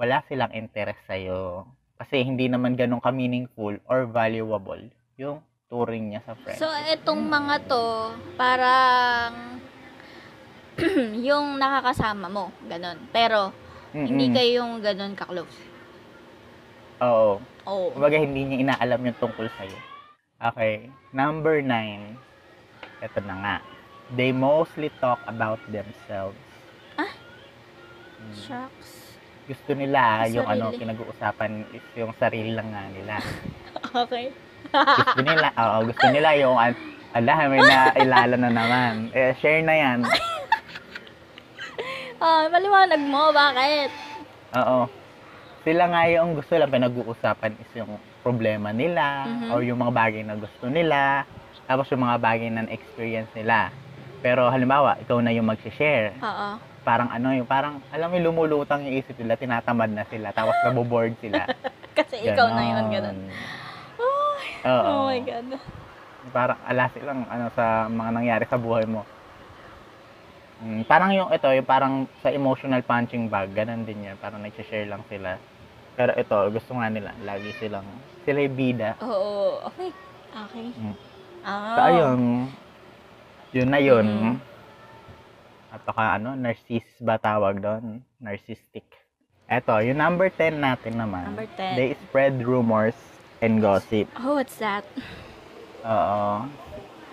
wala silang interest sa'yo kasi hindi naman ganun ka-meaningful or valuable yung turing niya sa friend.
So, etong mga to, parang (clears throat) yung nakakasama mo, ganun. Pero, hindi kayo yung ganun ka-close.
Oo.
Oh. Oo.
Kumbaga, hindi niya inaalam yung tungkol sa'yo. Okay. Number nine. Ito na nga. They mostly talk about themselves.
Ah?
Mm.
Shucks. (laughs)
Gusto nila
Yung
yung ano,
sarili.
pinag-uusapan is yung sarili lang nga
(laughs)
nila.
Okay.
Gusto nila, oo, gusto nila yung, an- ala, may nailala na naman. Eh, share na yan.
Ah, maliwanag mo, bakit?
Oo. Sila nga yung gusto lang pinag-uusapan is yung problema nila
Mhm.
or yung mga bagay na gusto nila tapos yung mga bagay na experience nila. Pero halimbawa, ikaw na yung mag-share.
Oo. (laughs)
Parang ano yung parang alam mo lumulutang yung isip nila, tinatamad na sila, tapos naboboard sila.
Kasi (laughs) ikaw na yun, ganun.
Oo.
Oh my God.
Parang ala silang ano sa mga nangyari sa buhay mo. Mm, parang yung ito, yung parang sa emotional punching bag, ganun din yan. Parang nag-share lang sila. Pero ito, gusto nga nila. Lagi silang, sila yung bida.
Oo. Okay. Okay.
Mm.
Ah.
So, ayun. Yun na yun.
Mm.
Napaka ano, narcissist ba tawag doon? Narcissistic. Eto, yung number 10 natin naman.
Number 10.
They spread rumors and gossip.
Oh, what's that?
Oo.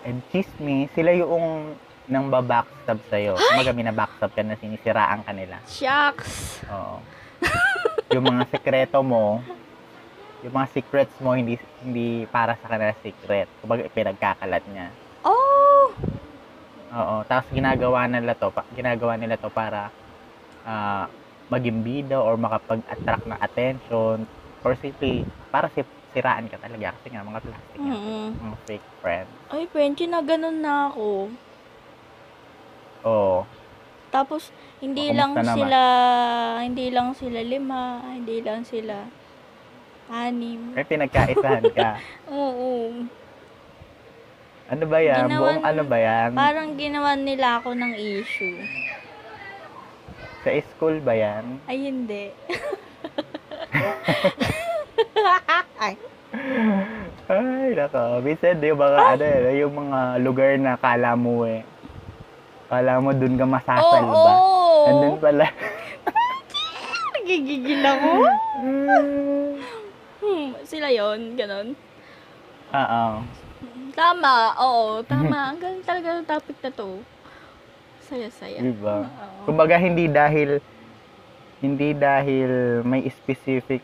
And chisme, sila yung nang babackstab sa'yo. Kumbaga, binabackstab ka na sinisiraan ka nila.
Shucks.
Oo. yung mga sekreto mo, yung mga secrets mo, hindi hindi para sa kanila secret. Kumbaga, pinagkakalat niya.
Oh!
Oo. Tapos, ginagawa nila to, pa, ginagawa nila to para ah, maging bida or makapag-attract ng attention or simply para si, siraan ka talaga kasi nga mga plastic nga,
Mm.
mga fake friend.
Ay, Frenchie, na ganun na ako.
Oo.
Tapos, hindi
Oh,
lang
kumusta naman?
sila, hindi lang sila lima, hindi lang sila anim.
May pinagkaisahan ka.
Oo.
Ano ba yan?
Ginawan-
Buong ano ba yan?
Parang ginawa nila ako ng issue.
Sa school ba yan?
Ay, hindi. Ay.
Ay, nako. Minsan, yung mga, ano, eh, yung mga lugar na kala mo eh. Kala mo dun ka
Oo.
masasal Ah, ba?
Oh,
And then pala. (laughs)
Nagigigil ako. Hmm, sila yon ganon.
Oo.
Tama, oo,
Mm-hmm.
tama. Ang galing talaga ng topic na to. Saya-saya.
Diba?
Oo.
Kumbaga, hindi dahil, hindi dahil may specific,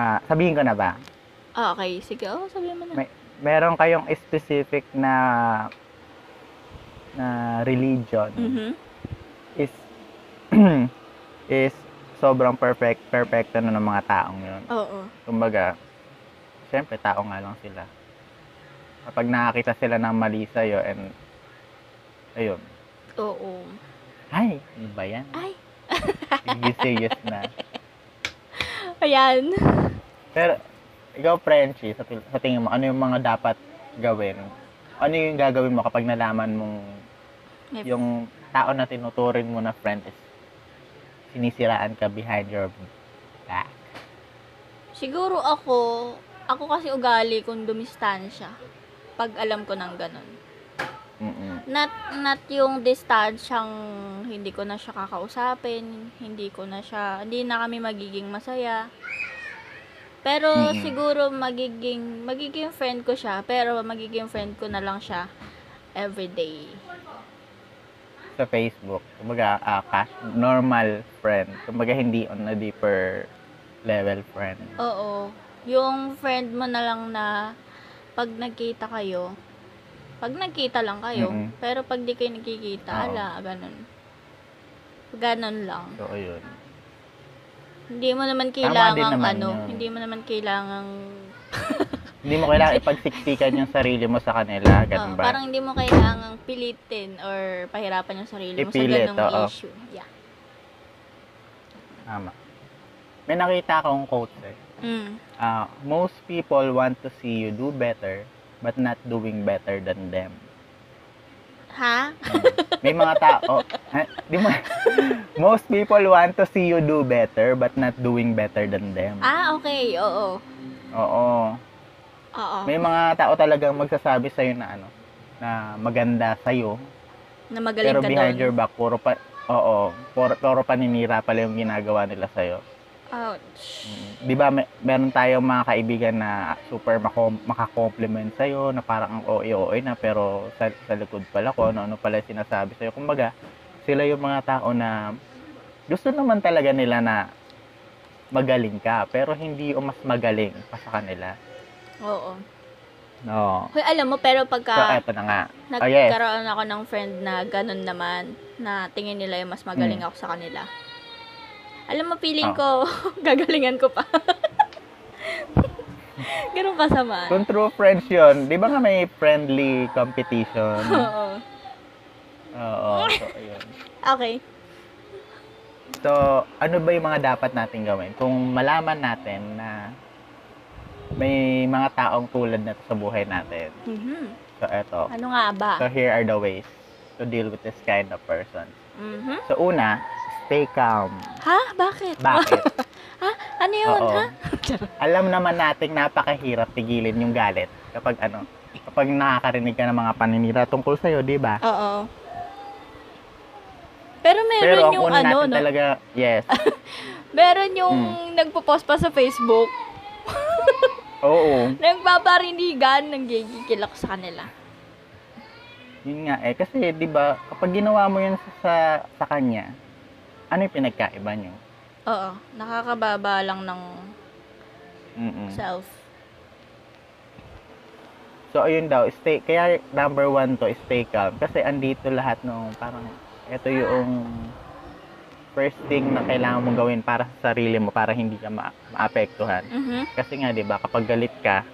ah, sabihin ko na ba?
Ah, okay, sige. Oh, sabihin mo na.
May- Meron kayong specific na, na religion.
Mhm.
is (clears throat) is sobrang perfect perfecto na ng mga taong yun.
Oo.
Kumbaga, syempre tao nga lang sila. Kapag nakakita sila ng mali sa'yo and ayun,
Oo.
ay, ano ba yan?
Ay.
Hindi serious na.
Ayan.
Pero, ikaw, Frenchie, sa, til- sa tingin mo, ano yung mga dapat gawin? Ano yung gagawin mo kapag nalaman mong
May-
yung tao na tinuturing mo na friend is sinisiraan ka behind your back?
Siguro ako, ako kasi ugali kung dumistansya. Pag alam ko ng ganun.
Mm-mm.
Not, not yung distansyang hindi ko na siya kakausapin, hindi ko na siya, hindi na kami magiging masaya. Pero
Mm-mm.
siguro magiging, magiging friend ko siya, pero magiging friend ko na lang siya everyday.
sa Facebook. Kumbaga, ah, cash, normal friend. Kumbaga, hindi on a deeper level friend.
Oo. Yung friend mo na lang na pag nagkita kayo, pag nagkita lang kayo,
Mm-mm.
pero pag di kayo nagkikita,
Oo.
ala, ganun. Ganun lang.
So, ayun.
Hindi mo naman kailangan
naman
ano,
yun.
hindi mo naman kailangan
Hindi mo kailangan ipagsiksikan yung sarili mo sa kanila. Ganun
Oo,
ba?
parang hindi mo kailangan pilitin or pahirapan yung sarili mo
Ipilit,
sa ganung
oo.
issue. Yeah.
Tama. May nakita akong quote eh.
Mm.
Ah, most people want to see you do better but not doing better than them.
Ha?
May mga (laughs) tao, ah, di mo, (laughs) most people want to see you do better but not doing better than them.
Ah, okay. Oo.
Oo.
Oo.
May mga tao talagang magsasabi sa'yo na ano, na maganda sa'yo,
Na magaling
pero
ka
behind
doon.
your back, puro pa, oo, puro, puro paninira pala yung ginagawa nila sa'yo.
Ouch.
Mm. Di ba, may, meron tayong mga kaibigan na super mako, makakompliment sa'yo, na parang ang OA-OA E na, pero sa, sa likod pala ko, ano-ano pala yung sinasabi sa'yo. Kumbaga, sila yung mga tao na gusto naman talaga nila na magaling ka, pero hindi o mas magaling pa sa kanila.
Oo.
No.
Hoy, alam mo, pero
So,
pagka...
eto na nga. Oh, yes.
Nagkaroon ako ng friend na ganun naman, na tingin nila yung mas magaling
Hmm.
ako sa kanila. Alam mo,
Oh.
feeling ko, (laughs) gagalingan ko pa. (laughs) ganun kasamaan.
Kung true friends yun, di ba nga may friendly
(laughs)
competition?
(laughs) Oo.
Oo. So, ayun.
Okay.
So, ano ba yung mga dapat natin gawin? Kung malaman natin na may mga taong tulad na to sa buhay natin.
Mhm.
So, eto.
Ano nga ba?
So, here are the ways to deal with this kind of person.
Mhm.
So, una, stay calm.
Ha? Bakit?
Bakit?
Ano yun,
Oo.
(laughs) ha?
Alam naman nating napakahirap tigilin yung galit kapag ano, kapag nakakarinig ka ng mga paninira tungkol sa'yo, di ba?
Oo. Pero meron
Pero ang
yung
una
ano,
natin
no?
talaga,
(laughs)
Hmm. yes,
Meron yung nagpo-post pa sa Facebook,
Oo.
nagpaparinigan, nanggigigil ako sa kanila.
Yun nga eh. Kasi, di ba, kapag ginawa mo yun sa, sa, sa kanya, ano yung pinagkaiba nyo?
Oo. Nakakababa lang ng
Mm-mm.
self.
So, ayun daw. Stay, kaya number one to, stay calm. Kasi andito lahat nung parang, eto yung first thing na kailangan mong gawin para sa sarili mo para hindi ka ma- maapektuhan.
Mhm.
Kasi nga, di ba, kapag galit ka,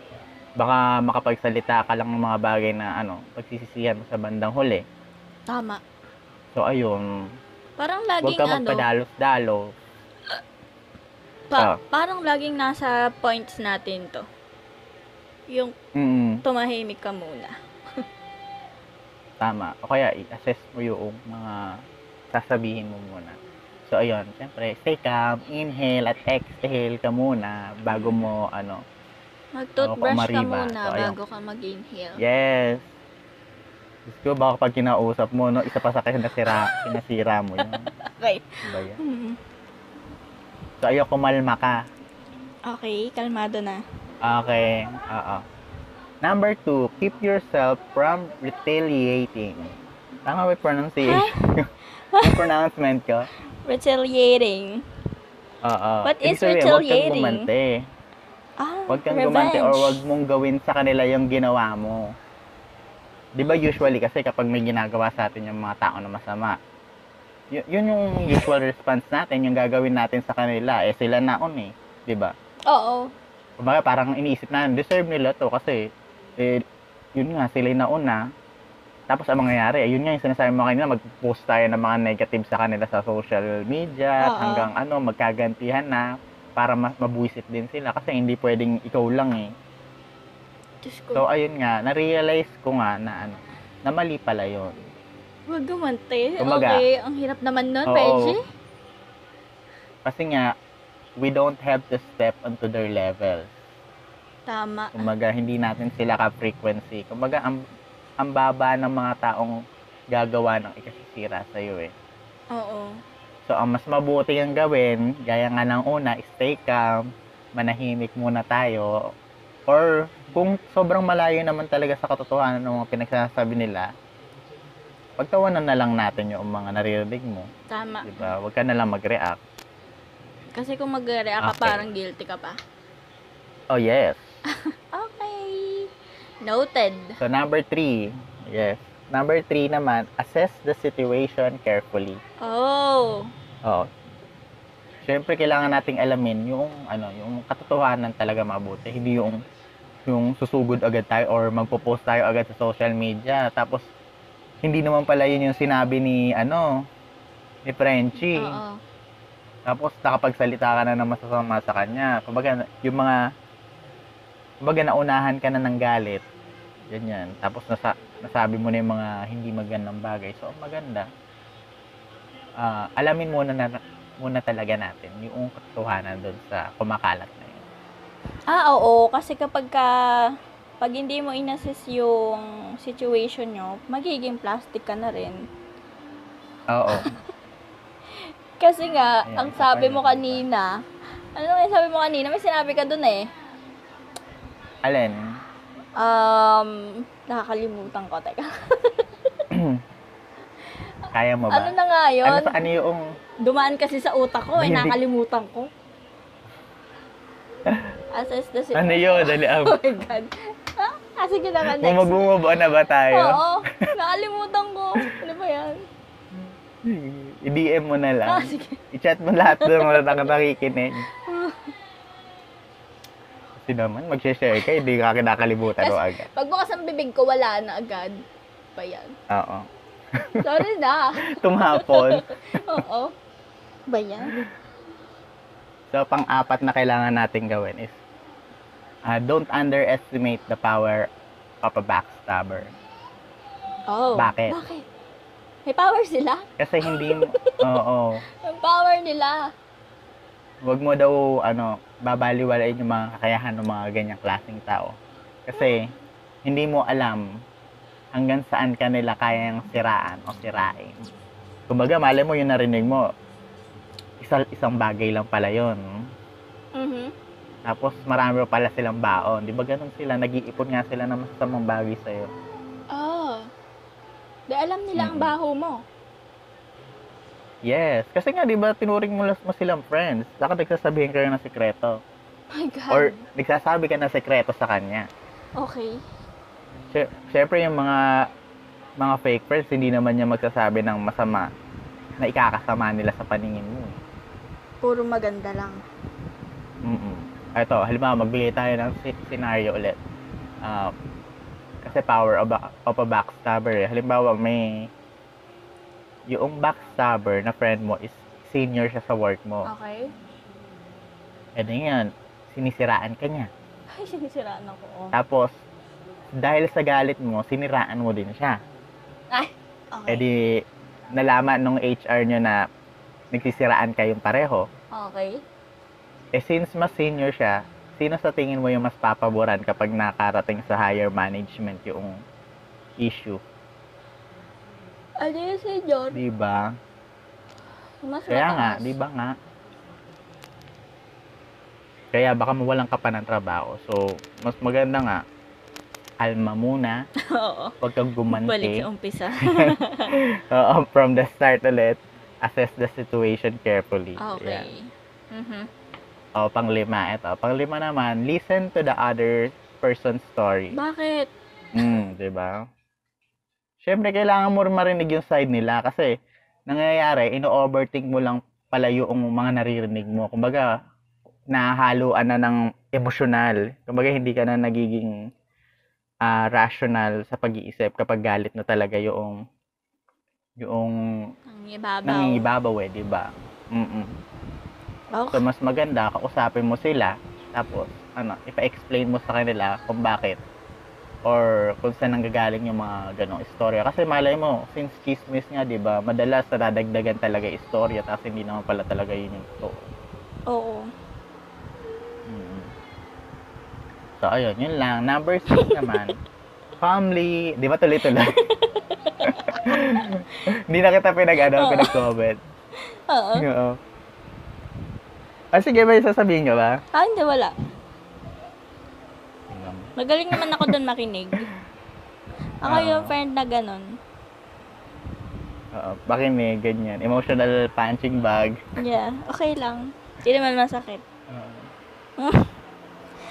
baka makapagsalita ka lang ng mga bagay na ano, pagsisisihan mo sa bandang huli.
Tama.
So, ayun,
Parang
huwag
laging
ka
ano,
magpadalos-dalos. Ah.
pa- parang laging nasa points natin to. Yung
Mm.
tumahimik ka muna.
Tama. O kaya, i-assess mo yung mga sasabihin mo muna. So, So, ayun. Siyempre, stay calm, inhale at exhale ka muna bago mo, ano.
Mag-toothbrush ka
mariba.
muna
So, ayun.
bago ka mag-inhale.
Yes. Diyos ko, baka pag kinausap mo, no, isa pa sa kinasira, kinasira mo
(laughs)
yun.
Okay.
Diba yun?
Hmm.
So, ayun, kumalma ka.
Okay, kalmado na.
Okay. Oo. Number two, keep yourself from retaliating. Tama ba yung pronunciation? (laughs) yung pronouncement ko?
Retaliating.
Oo.
What
Ibig
is
sabihin, huwag kang
retaliating?
gumante.
Ah,
Huwag kang
revenge.
gumante or huwag mong gawin sa kanila yung ginawa mo. Di ba usually kasi kapag may ginagawa sa atin yung mga tao na masama, y- yun yung usual response natin, yung gagawin natin sa kanila. Eh sila naon eh. Di ba?
Oo.
Kumbaga parang iniisip na deserve nila to kasi eh, yun nga sila yung nauna. Tapos ang mangyayari, ayun nga yung sinasabi mo kanina, mag-post tayo ng mga negative sa kanila sa social media
Oo.
hanggang ano, magkagantihan na para mas mabuisit din sila kasi hindi pwedeng ikaw lang eh.
Diyos ko.
So, ayun nga, na-realize ko nga na ano, na mali pala yun.
Huwag gumante.
Kumbaga.
Okay, ang hirap naman nun,
Oo.
Benji.
Kasi nga, we don't have to step onto their level.
Tama.
Kumbaga, hindi natin sila ka-frequency. Kumbaga, ang, ang baba ng mga taong gagawa ng ikasisira sa'yo eh.
Oo.
So, ang mas mabuti ang gawin, gaya nga ng una, stay calm, manahimik muna tayo, or kung sobrang malayo naman talaga sa katotohanan ng mga pinagsasabi nila, pagtawanan na lang natin yung mga naririnig mo.
Tama.
Diba? Huwag ka na lang mag-react.
Kasi kung mag-react ka,
Okay.
parang guilty ka pa.
Oh, yes.
Okay. Noted.
So, number three. Yes. Number three naman, assess the situation carefully.
Oh.
Oo. Siyempre, kailangan nating alamin yung, ano, yung katotohanan talaga mabuti. Hindi yung, yung susugod agad tayo or magpo-post tayo agad sa social media. Tapos, hindi naman pala yun yung sinabi ni, ano, ni Frenchie.
Oo.
Tapos nakapagsalita ka na ng masasama sa kanya. Kumbaga, yung mga kumbaga naunahan ka na ng galit. Ganyan. Tapos nasa, nasabi mo na yung mga hindi magandang bagay. So, ang maganda. ah, alamin muna na, muna talaga natin yung katotohanan doon sa kumakalat na yun.
Ah, oo. Kasi kapag ka, pag hindi mo inassess yung situation nyo, magiging plastic ka na rin. (laughs)
Oo.
Kasi nga,
Ayan,
ang
isa pa
sabi
yun,
mo
isa.
kanina, ano nga yung sabi mo kanina? May sinabi ka dun eh.
Alin?
Um, nakakalimutan ko. Teka.
Kaya mo ba?
Ano na nga
ano,
yun?
pa, ano yung...
Dumaan kasi sa utak ko eh.
Hindi.
Nakalimutan
(laughs)
ko. Assess the situation.
Ano yun? Dali,
(laughs)
ah,
Oh my God. Ah, ah, sige na nga, next.
bumubumubo na ba tayo?
Oo, nakalimutan ko. Ano ba yan?
I-DM mo na lang.
Ah, sige.
I-chat mo lahat doon mga nang nakikinig. Kasi naman, mag-share ka, hindi ka kinakalimutan o agad.
Pagbukas ang bibig ko, wala na agad. Ano Ba yan?
Oo.
Sorry na.
Tumhapon.
Oo. Ano Ba yan?
So, pang-apat na kailangan natin gawin is ah, don't underestimate the power of a backstabber.
Oh.
Bakit?
Bakit? May power sila?
Kasi hindi mo, oo,
Ang power nila.
wag mo daw, ano, babaliwalain yung mga kakayahan ng mga ganyang klaseng tao. Kasi, hindi mo alam hanggang saan ka nila kayang siraan o sirain. Kumbaga, malay mo yung narinig mo, isa, isang bagay lang pala yon.
Mhm.
Tapos, marami pa pala silang baon. Di ba ganun sila? Nag-iipon nga sila ng masasamang bagay sa'yo.
Oh. Di alam nila ang
Mm-mm.
baho mo.
Yes. Kasi nga, di ba, tinuring mo, lang- mo silang friends. Saka nagsasabihin kayo ng sekreto.
My God.
Or, nagsasabi ka ng sekreto sa kanya.
okay.
Sy- Syempre yung mga mga fake friends hindi naman niya magsasabi ng masama na ikakasama nila sa paningin mo. eh.
Puro maganda lang.
Mm. Ito, halimbawa magbigay tayo ng si- scenario ulit. Ah, kasi power of, a- of a backstabber. eh. Halimbawa may yung backstabber na friend mo is senior siya sa work mo.
Okay.
E di yan, sinisiraan ka niya.
Ay, sinisiraan ako. Oh.
Tapos, dahil sa galit mo, siniraan mo din siya.
Ay, okay.
Eh di, nalaman nung HR nyo na nagsisiraan kayong pareho.
Okay.
Eh since mas senior siya, sino sa tingin mo yung mas papaboran kapag nakarating sa higher management yung issue,
Ano yung senior?
'di ba?
Mas
Kaya nga,
mataas.
'di ba nga? Kaya baka mawalan ka pa ng trabaho. So, mas maganda nga alma muna,
(laughs) Oo.
wag
(laughs)
kang
Balik oh.
gumanti.
sa umpisa.
Oo, from the start ulit, assess the situation carefully. Ayan.
Okay. Mhm.
O, Oh, panglima, ito. Panglima naman, listen to the other person's story.
Bakit?
Mm, di ba? Siyempre, kailangan mo rin marinig yung side nila kasi nangyayari, ino-overthink mo lang pala yung mga naririnig mo. Kumbaga, nahahaluan na ng emosyonal. Kumbaga, hindi ka na nagiging ah, rational sa pag-iisip kapag galit na talaga yung yung
Ang ibabaw.
nangingibabaw eh, di ba? Mm-mm. So,
Okay.
mas maganda, kausapin mo sila, tapos, ano, ipa-explain mo sa kanila kung bakit or kung saan nanggagaling yung mga ganong istorya. Kasi malay mo, since chismis nga, di ba, madalas nadadagdagan talaga yung istorya, tapos hindi naman pala talaga yun yung totoo.
Oo.
Mm. So, ayun, yun lang. Number
(laughs)
six naman, calmly, di ba tuloy-tuloy? (laughs) Hindi na kita pinag, ano,
Oo.
pinag-comment.
Oo.
Oo. Ah, sige, may sasabihin ka ba?
Ah, hindi wala.
Tingnan mo.
Magaling naman ako doon
(laughs)
makinig. Ako
Oo.
yung friend na ganun.
Oo, makinig, ganyan. Emotional punching bag.
Yeah, okay lang. Hindi naman masakit.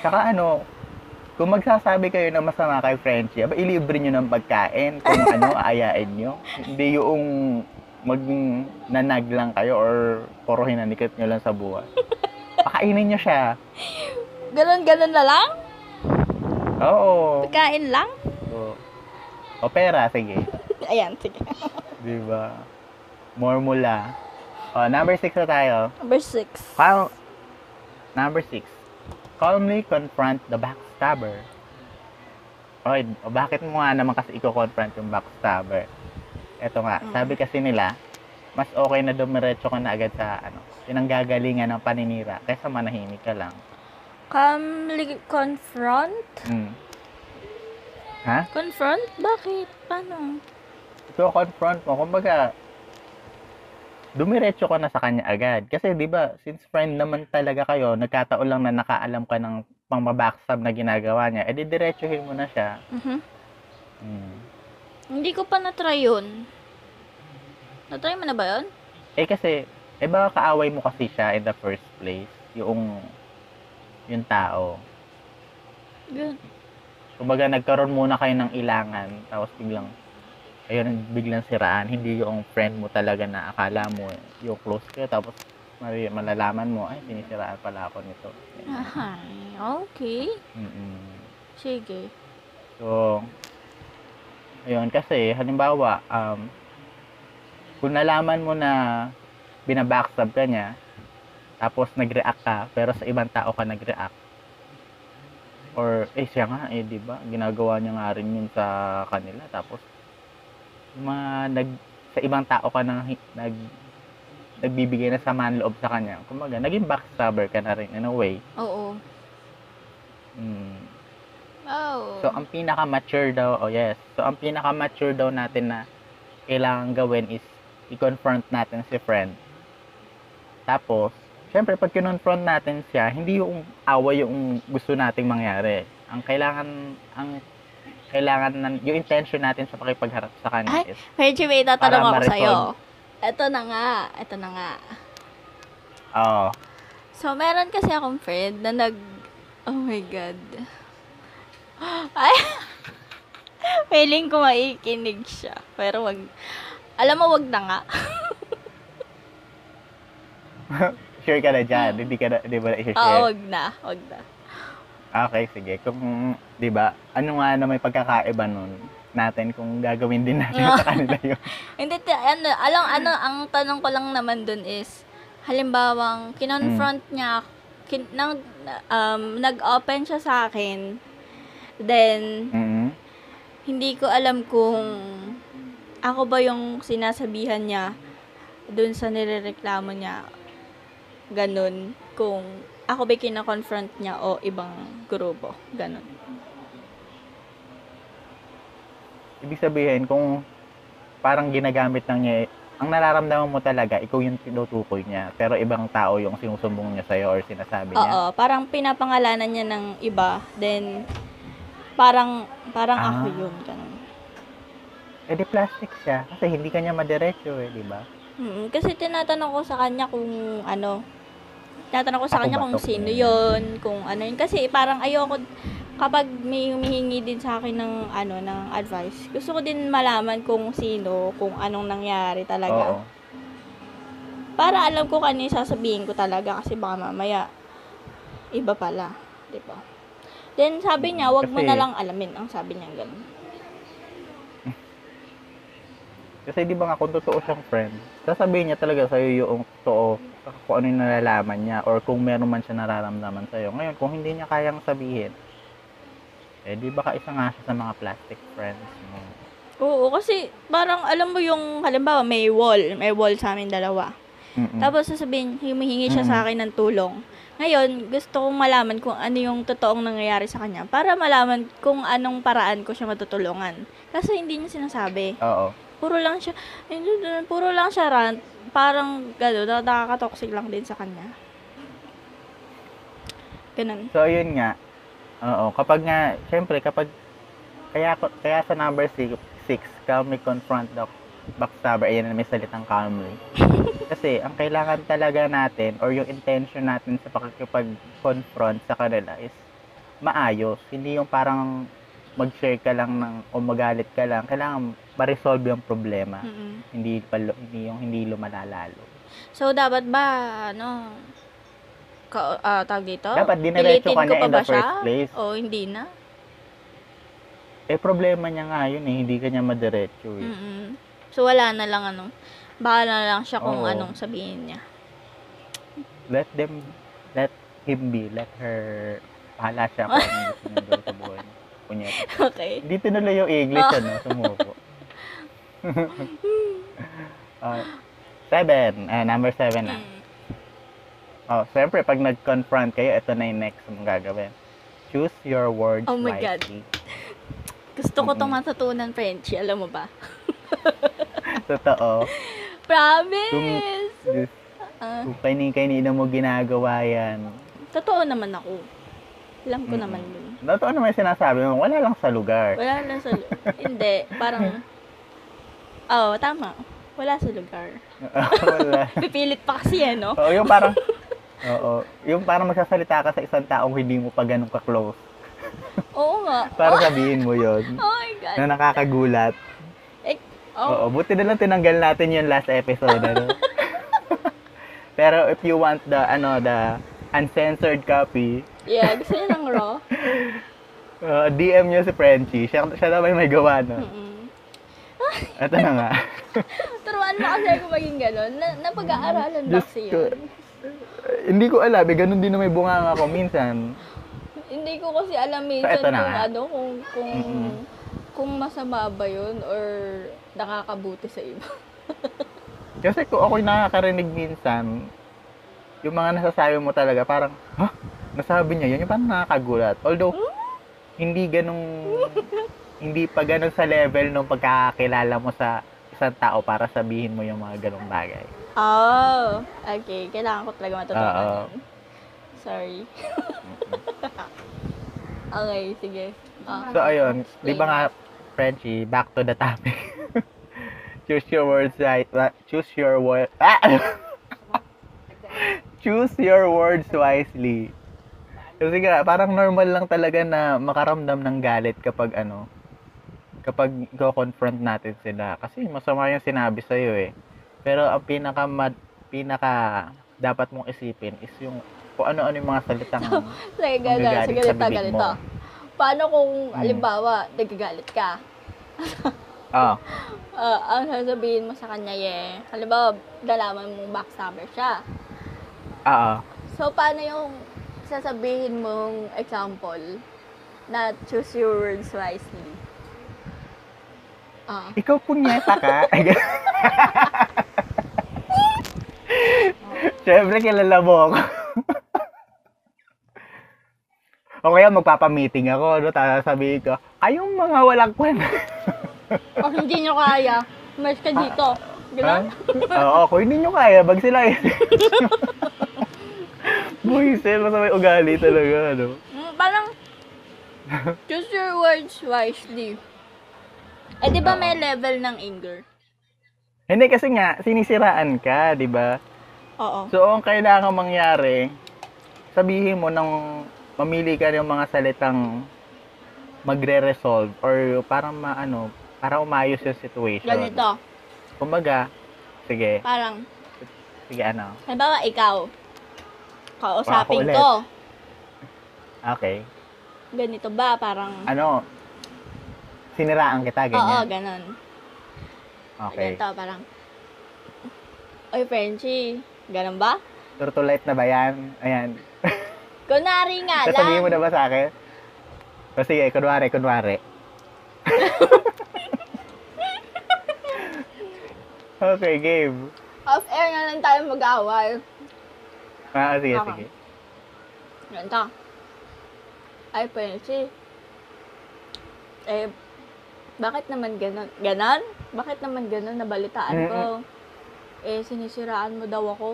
Saka ano, kung magsasabi kayo na masama kay Frenchie, aba ilibre nyo ng pagkain, (laughs) kung ano, ayain nyo. Hindi yung maging nanag lang kayo or puro hinanikit nyo lang sa buwan. Pakainin nyo siya.
Ganun-ganun na lang?
Oo.
Pagkain lang? (laughs)
Oo. O pera, sige.
Ayan, sige.
Di ba? Mormula. O, number 6 na tayo.
Number six.
Cal- Number six, calmly confront the backstabber. Oy, bakit mo nga naman kasi i-confront yung backstabber? Eto nga,
Mm.
sabi kasi nila, mas okay na dumiretso ka na agad sa ano, pinanggagalingan ng paninira kaysa manahimik ka lang.
Calmly confront?
Mm.
Confront? Bakit? Paano?
So, confront mo, kumbaga, dumiretso ka na sa kanya agad. Kasi, di ba, since friend naman talaga kayo, nagkataon lang na nakaalam ka ng pang-backstab na ginagawa niya, edi diretsuhin mo na siya.
Mhm.
Mm.
Hindi ko pa na-try yun. Na-try mo na ba yun?
Eh kasi, eh baka kaaway mo kasi siya in the first place, yung yung tao.
Yun.
Kumbaga nagkaroon muna kayo ng ilangan, tapos biglang ayun, biglang siraan, hindi yung friend mo talaga na akala mo yung close kayo, tapos mali- malalaman mo, ay, sinisiraan pala ako nito.
Aha. Ah, Okay.
Mm-mm.
Sige.
So, ayun, kasi, halimbawa, um, kung nalaman mo na binabackstab ka niya, tapos nag-react ka, pero sa ibang tao ka nag-react, or, eh, siya nga, eh, di ba, ginagawa niya nga rin yun sa kanila, tapos, yung mga nag, sa ibang tao ka nang hi- nag, nagbibigay na sama ng loob sa kanya, kumaga, naging backstabber ka na rin, in a way.
Oo.
Mm.
Oh.
So, ang pinaka-mature daw, oh yes. So, ang pinaka-mature daw natin na kailangan gawin is i-confront natin si friend. Tapos, syempre, pag kinonfront natin siya, hindi yung away yung gusto nating mangyari. Ang kailangan, ang kailangan, nan- yung intention natin sa pakipagharap sa kanya
Ay!
is,
Reggie, may tatanong
Para
ako
ma-resolve.
sa'yo. Ito na nga. Ito na nga.
oh,
So, meron kasi akong friend na nag... Oh my God. (gasps) Ay! (laughs) Feeling ko maikinig siya. Pero wag... Alam mo, wag na nga.
sure ka na dyan, hindi ka na, di ba
Oo,
i-share?
Ah, wag na. Wag na.
Okay, sige. Kung, di ba, ano nga na may pagkakaiba nun natin kung gagawin din natin
Ah.
sa kanila
(laughs)
yun.
Hindi, ti- ano, alam, ano, ang tanong ko lang naman dun is, halimbawang, kinonfront niya, ak- kin, nang, um, nag-open siya sa akin, then,
Mhm.
hindi ko alam kung ako ba yung sinasabihan niya dun sa nirereklamo niya, ganun, kung ako ba kina-confront niya o ibang grupo, ganun.
Ibig sabihin, kung parang ginagamit lang niya, ang nararamdaman mo talaga, ikaw yung tinutukoy niya, pero ibang tao yung sinusumbong niya sa'yo or sinasabi niya.
Oo, parang pinapangalanan niya ng iba, then parang parang
Ah.
ako yun, ganun.
Eh di plastic siya, kasi hindi kanya madiretso eh, di ba?
Mm, kasi tinatanong ko sa kanya kung ano, tinatanong ko
Ako
sa kanya
ba
kung
to?
sino yon kung ano yun. Kasi parang ayoko, kapag may humihingi din sa akin ng, ano, ng advice, gusto ko din malaman kung sino, kung anong nangyari talaga.
Oo.
Para alam ko kani sasabihin ko talaga kasi baka mamaya, iba pala. di ba Then sabi niya, wag mo
Kasi-
na lang alamin. Ang sabi niya ganun.
Kasi di ba nga kung totoo siyang friend, sasabihin niya talaga sa'yo yung totoo, saka kung ano yung nalalaman niya, or kung meron man siya nararamdaman sa'yo. Ngayon, kung hindi niya kayang sabihin, eh di baka isa nga siya sa mga plastic friends mo.
Oo, kasi parang alam mo yung, halimbawa may wall, may wall sa amin dalawa.
Mm-mm.
Tapos sasabihin, humihingi siya
Mm.
sa akin ng tulong. Ngayon, gusto kong malaman kung ano yung totoong nangyayari sa kanya para malaman kung anong paraan ko siya matutulungan. Kasi hindi niya sinasabi.
Oo.
Puro lang siya, ayun, yun, yun, puro lang siya rant. Parang gano'n, na- nakaka-toxic lang din sa kanya. Ganun.
So, yun nga. Oo. Kapag nga, syempre, kapag, kaya, ko- kaya sa number 6, calmly confront the backstabber. Ayan na may salitang
(laughs)
calmly. Kasi, ang kailangan talaga natin, or yung intention natin sa pakikipag-confront sa kanila is maayos. Hindi yung parang mag-share ka lang ng, o magalit ka lang. Kailangan ma-resolve yung problema.
Mm-mm.
Hindi, palo, hindi yung hindi lumalalalo.
So, dapat ba, ano, ka, ah, tawag dito?
Dapat diniretso
Pilitin
ka
ko
niya
pa
in
ba
the
siya? Oh.
first place.
O, hindi na?
Eh, problema niya nga yun eh. Hindi kanya madiretso eh.
mm So, wala na lang ano. Bahala na lang siya kung
Oo.
anong sabihin niya. (laughs)
let them, let him be, let her, bahala siya kung ano gusto niya gawin sa buhay niya. Kunyari.
Okay.
Hindi tinuloy yung English, ano, sumuko. Ah, seven, Ah, number seven na.
Mm.
Oh, siyempre, pag nag-confront kayo, ito na yung next mong gagawin. Choose your words
Oh my God.
wisely. (laughs)
Gusto ko tong
Mm-mm.
matutunan, Frenchie. Alam mo ba?
Totoo.
Promise!
Just,
Ah,
kung kainin-kainin mo ginagawa yan.
totoo naman ako. Alam ko
Mm-mm.
naman yun.
Totoo naman yung sinasabi mo, wala lang sa lugar. (laughs)
Wala na sa... lu- (laughs) Hindi. Parang... Oo, oh, tama. Wala sa lugar. (laughs)
wala.
Pipilit pa kasi eh, no?
Oo, yung parang Oo, yung parang magsasalita ka sa isang taong hindi mo pa ganun ka-close.
Oo nga.
Para sabihin mo 'yon
Oh my God.
na nakakagulat.
Oh.
Oo, buti na lang tinanggal natin yung last episode, ano. Pero if you want the ano, the uncensored copy,
Yeah, gusto niya ng raw.
uh, DM niyo si Frenchie. Siya, siya na may may gawa no.
Mm-mm.
Ito na nga.
Mm. Turuan mo kasi ako maging gano'n. Na, napag-aaralan ba
Diyos
kasi
ko.
yun?
Hindi ko alam, eh, ganun din na may bunganga ko minsan.
Hindi ko kasi alam minsan
eto na
kung
nga.
ano, kung, kung,
Mm-mm.
kung masama ba yun or nakakabuti sa iba.
Kasi kung ako'y nakakarinig minsan, yung mga nasasabi mo talaga, parang, ha? Nasabi niya, yun yung parang nakakagulat. Although, hindi ganong, hindi pa ganun sa level ng pagkakakilala mo sa isang tao para sabihin mo yung mga ganong bagay.
(laughs) Oh, okay. Kailangan ko talaga matutunan
Oo.
yun. Sorry. okay, sige. Ah.
So, ayun, di ba nga, Frenchie, back to the topic. (laughs) choose your words right, choose your words, ah! (laughs) choose your words wisely. Kasi nga, parang normal lang talaga na makaramdam ng galit kapag ano, kapag go-confront natin sila. Kasi masama yung sinabi sa'yo eh. Pero ang pinaka, mad- pinaka dapat mong isipin is yung kung ano-ano yung mga salitang
Sige, ganito,
magagalit
sige,
sa
ganito,
bibig
ganito.
mo.
Paano kung,
Mm.
halimbawa, nagagalit ka?
Ah,
Ah, ang sasabihin mo sa kanya, yeah. Halimbawa, nalaman mong backstabber siya.
ah, ah.
So, paano yung sasabihin mong example na choose your words wisely? Ah.
Ikaw punyeta ka. Siyempre, kilala mo ako. o kaya magpapamiting ako, ano, sasabihin ko, kayong mga walang kwenta.
O Oh, hindi nyo kaya, mas ka dito.
Ah.
Ganun?
Oo, kung hindi nyo kaya, bag sila eh. Buisin, masama yung ugali talaga, ano.
Mm, parang, choose your words wisely. Eh, di ba may level ng anger?
Hindi kasi nga, sinisiraan ka, di ba?
Oo.
So, ang kailangan mangyari, sabihin mo nang mamili ka ng mga salitang magre-resolve or para maano, para umayos yung situation.
Ganito,
Kumbaga, sige,
parang,
sige ano,
halimbawa ikaw, kausapin
ulit.
ko,
okay.
ganito ba, parang,
Ano, siniraan kita, ganyan.
oo, ganun.
okay.
Ganito, parang, Oy, Frenchie, ganun ba?
Turtulite na ba yan? Ayan.
Kunwari nga
Sasabihin mo
lang.
na ba sa akin? O sige, kunwari,
(laughs)
kunwari. (laughs) okay, game.
Off-air na lang tayo mag-away.
Ah, sige,
Okay.
sige.
Ganito. Ay, Frenchie. Eh, bakit naman ganun? Ganon? Bakit naman ganun? Nabalitaan ko. Eh, sinisiraan mo daw ako.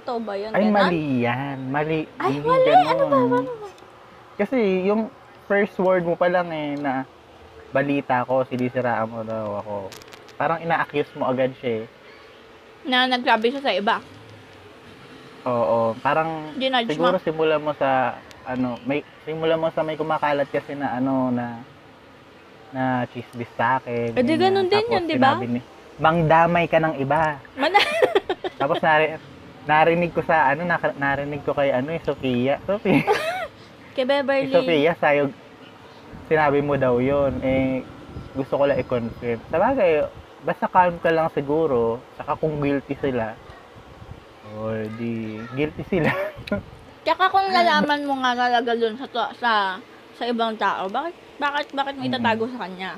Totoo ba yun?
Ay,
Ganon?
mali yan. Mali.
Ay,
hindi
mali.
ganun.
Ano ba? Ano ba?
Kasi yung first word mo pa lang eh na balita ko, sinisiraan mo daw ako. Parang ina-accuse mo agad siya eh.
Na nagsabi siya sa iba.
Oo, parang
Dinudge
siguro
mo.
simula mo sa ano, may simula mo sa may kumakalat kasi na ano na na chismis sa akin.
Eh, di
ganyan.
ganun din
Tapos
yun, di ba?
sinabi ni- Mangdamay ka ng iba.
Mana-
Tapos nari, narinig ko sa ano, naka- narinig ko kay ano, eh, Sofia. Sofia.
(laughs)
Eh,
Kay Beverly.
Sophia, sayo, sinabi mo daw yun. Eh, gusto ko lang i-confirm. Sabagay, basta calm ka lang siguro. Saka kung guilty sila, or di, guilty sila.
Tsaka kung lalaman mo nga talaga dun sa, to, sa, sa ibang tao, bakit, bakit, bakit mo
Mm.
itatago sa kanya?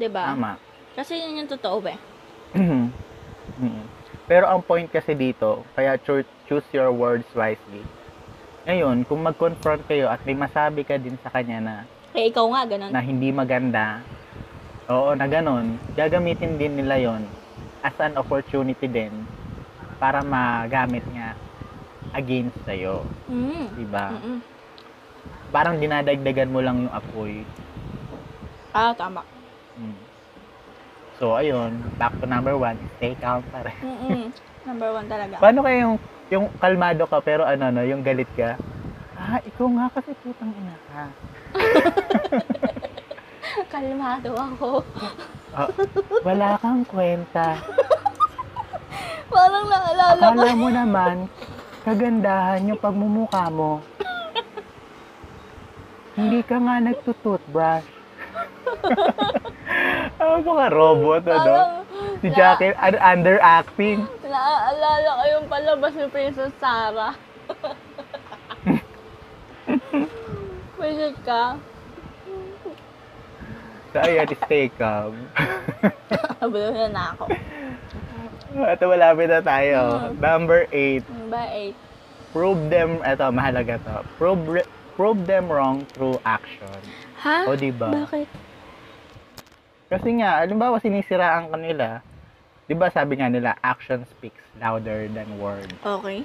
'Di ba?
Tama. (clears throat)
Kasi yun yung totoo eh.
Mm. Pero ang point kasi dito, kaya cho- choose your words wisely. Ngayon, kung mag-confront kayo at may masabi ka din sa kanya na
Kaya ikaw nga, ganun.
na hindi maganda, oo, na ganun, gagamitin din nila yon as an opportunity din para magamit nga against sa'yo,
Mm.
di ba?
Mm-mm.
Parang dinadagdagan mo lang yung apoy.
Ah, tama.
Mm. So, ayun, back to number one, stay calm pa rin. (laughs)
Mm-mm. Number one talaga.
Paano kayo yung, yung kalmado ka pero ano, no, yung galit ka? Ah, ikaw nga kasi putang ina ka.
Kalmado ako. (laughs)
Ah, Wala kang kwenta.
Parang naalala ko.
Akala mo naman, kagandahan yung pagmumukha mo. Hindi ka nga (laughs) nagtututbrush. ano ba ka robot, ano?
Parang
Si Jackie, un- underacting.
naaalala ko yung palabas ni Princess
(laughs)
Sarah. Princess ka?
So, ayan, stay calm. (laughs)
Abalo na na ako.
Ito, malapit na tayo. Number 8,
Ano ba, eight?
prove them, ito, mahalaga to. Prove, re- prove them wrong through action.
Ha?
O, diba?
Bakit?
Kasi nga, alimbawa sinisiraan kanila, di ba sabi nga nila, action speaks louder than words.
Okay.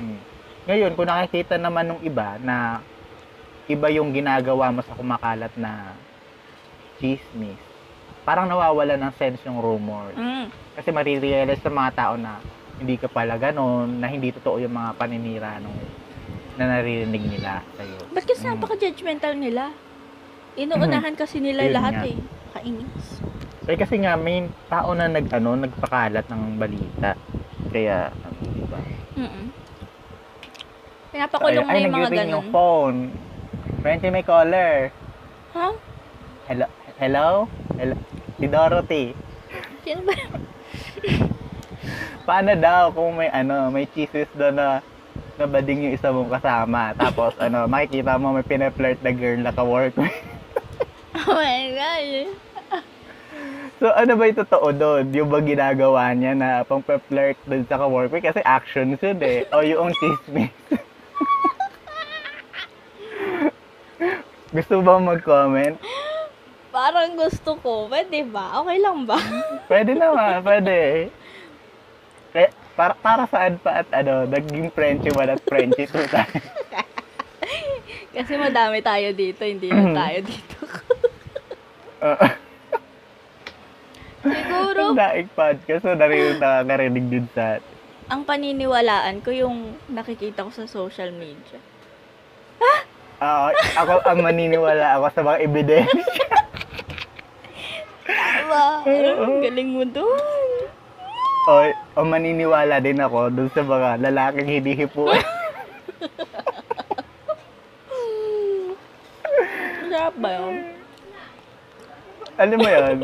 Mm. Ngayon, kung nakikita naman nung iba na iba yung ginagawa mo sa kumakalat na chismis, parang nawawala ng sense yung rumor.
Mm.
Kasi marirealize sa mga tao na hindi ka pala ganun, na hindi totoo yung mga paninira nung na naririnig nila sa'yo.
Ba't kasi
Mm.
napaka-judgmental nila? Inuunahan kasi nila
Ayun
lahat
nga.
eh. Kainis.
Eh, kasi nga, may tao na nag, ano, nagpakalat ng balita. Kaya, ano, di ba?
Mm-mm. Pinapakulong na
Ay, ay,
yung mga
nag-ring
ganun.
yung phone. Friendly may caller.
Ha?
Hello? Hello? Hello? Si Dorothy.
Sino ba? (laughs)
Paano daw kung may ano, may cheeses doon na nabading yung isa mong kasama. Tapos ano, makikita mo may pina-flirt na girl na ka-work.
Oh my God.
(laughs) So ano ba yung totoo doon? Yung ba ginagawa niya na pang flirt doon sa ka-worker? Kasi actions yun eh. O yung chismis. (laughs) Gusto ba mag-comment?
Parang gusto ko. Pwede ba? Okay lang ba? (laughs)
Pwede naman, pwede. Kaya, para, para saan pa at ano, naging Frenchie 1 at Frenchie 2 tayo.
Kasi madami tayo dito. Hindi lang
Mm-hmm.
tayo dito. (laughs)
Oo.
Siguro,
Ang daig podcast na narinig nakakarinig din sa atin.
ang paniniwalaan ko yung nakikita ko sa social media.
Ah, ako ang maniniwala ako sa mga ebidensya.
Tama. Diba? Ang galing mo doon.
O, o maniniwala din ako dun sa mga lalaking hinihipuan.
Masarap ba yun?
Alam mo yun?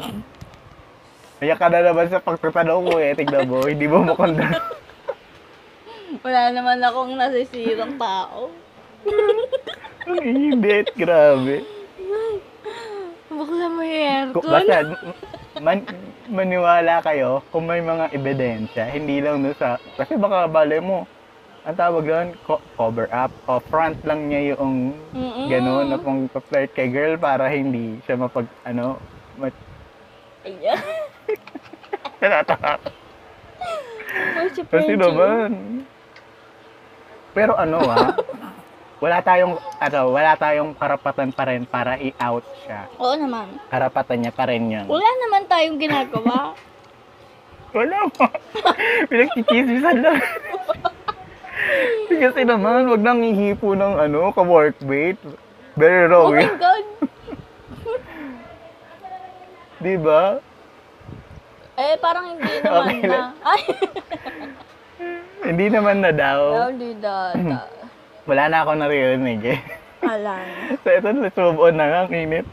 Kaya ka na naman sa pagtatanong mo eh. Tignan mo, hindi mo makondam.
Wala naman akong nasisirang tao.
Ang init, grabe.
Bukla mo yung
Kung
aircon.
basta, man, maniwala kayo kung may mga ebidensya, hindi lang doon sa, kasi baka bale mo, ang tawag doon, co- cover up, o front lang niya yung
Mm-mm.
gano'n na pang flirt kay girl para hindi siya mapag, ano, mat, (laughs)
Ayan. Oh, si
kasi
Frenchie.
naman. Pero ano ah, wala tayong, ano, wala tayong karapatan pa rin para i-out siya.
Oo naman.
Karapatan niya pa rin yun.
Wala naman tayong
(laughs)
ginagawa.
Wala (laughs) mo. Pinagkikisisan
(laughs)
lang. Kasi naman, wag nang ihipo ng ano, ka-workmate. Very
oh
wrong.
my God.
(laughs) Di ba?
Eh, parang
(laughs)
hindi naman
Okay lang.
na. Ay,
Hindi naman na
no,
daw.
hindi
(laughs)
data.
Wala na ako naririnig eh. (laughs)
Wala na.
so, ito, let's move on na nga. Ang
(laughs)
init.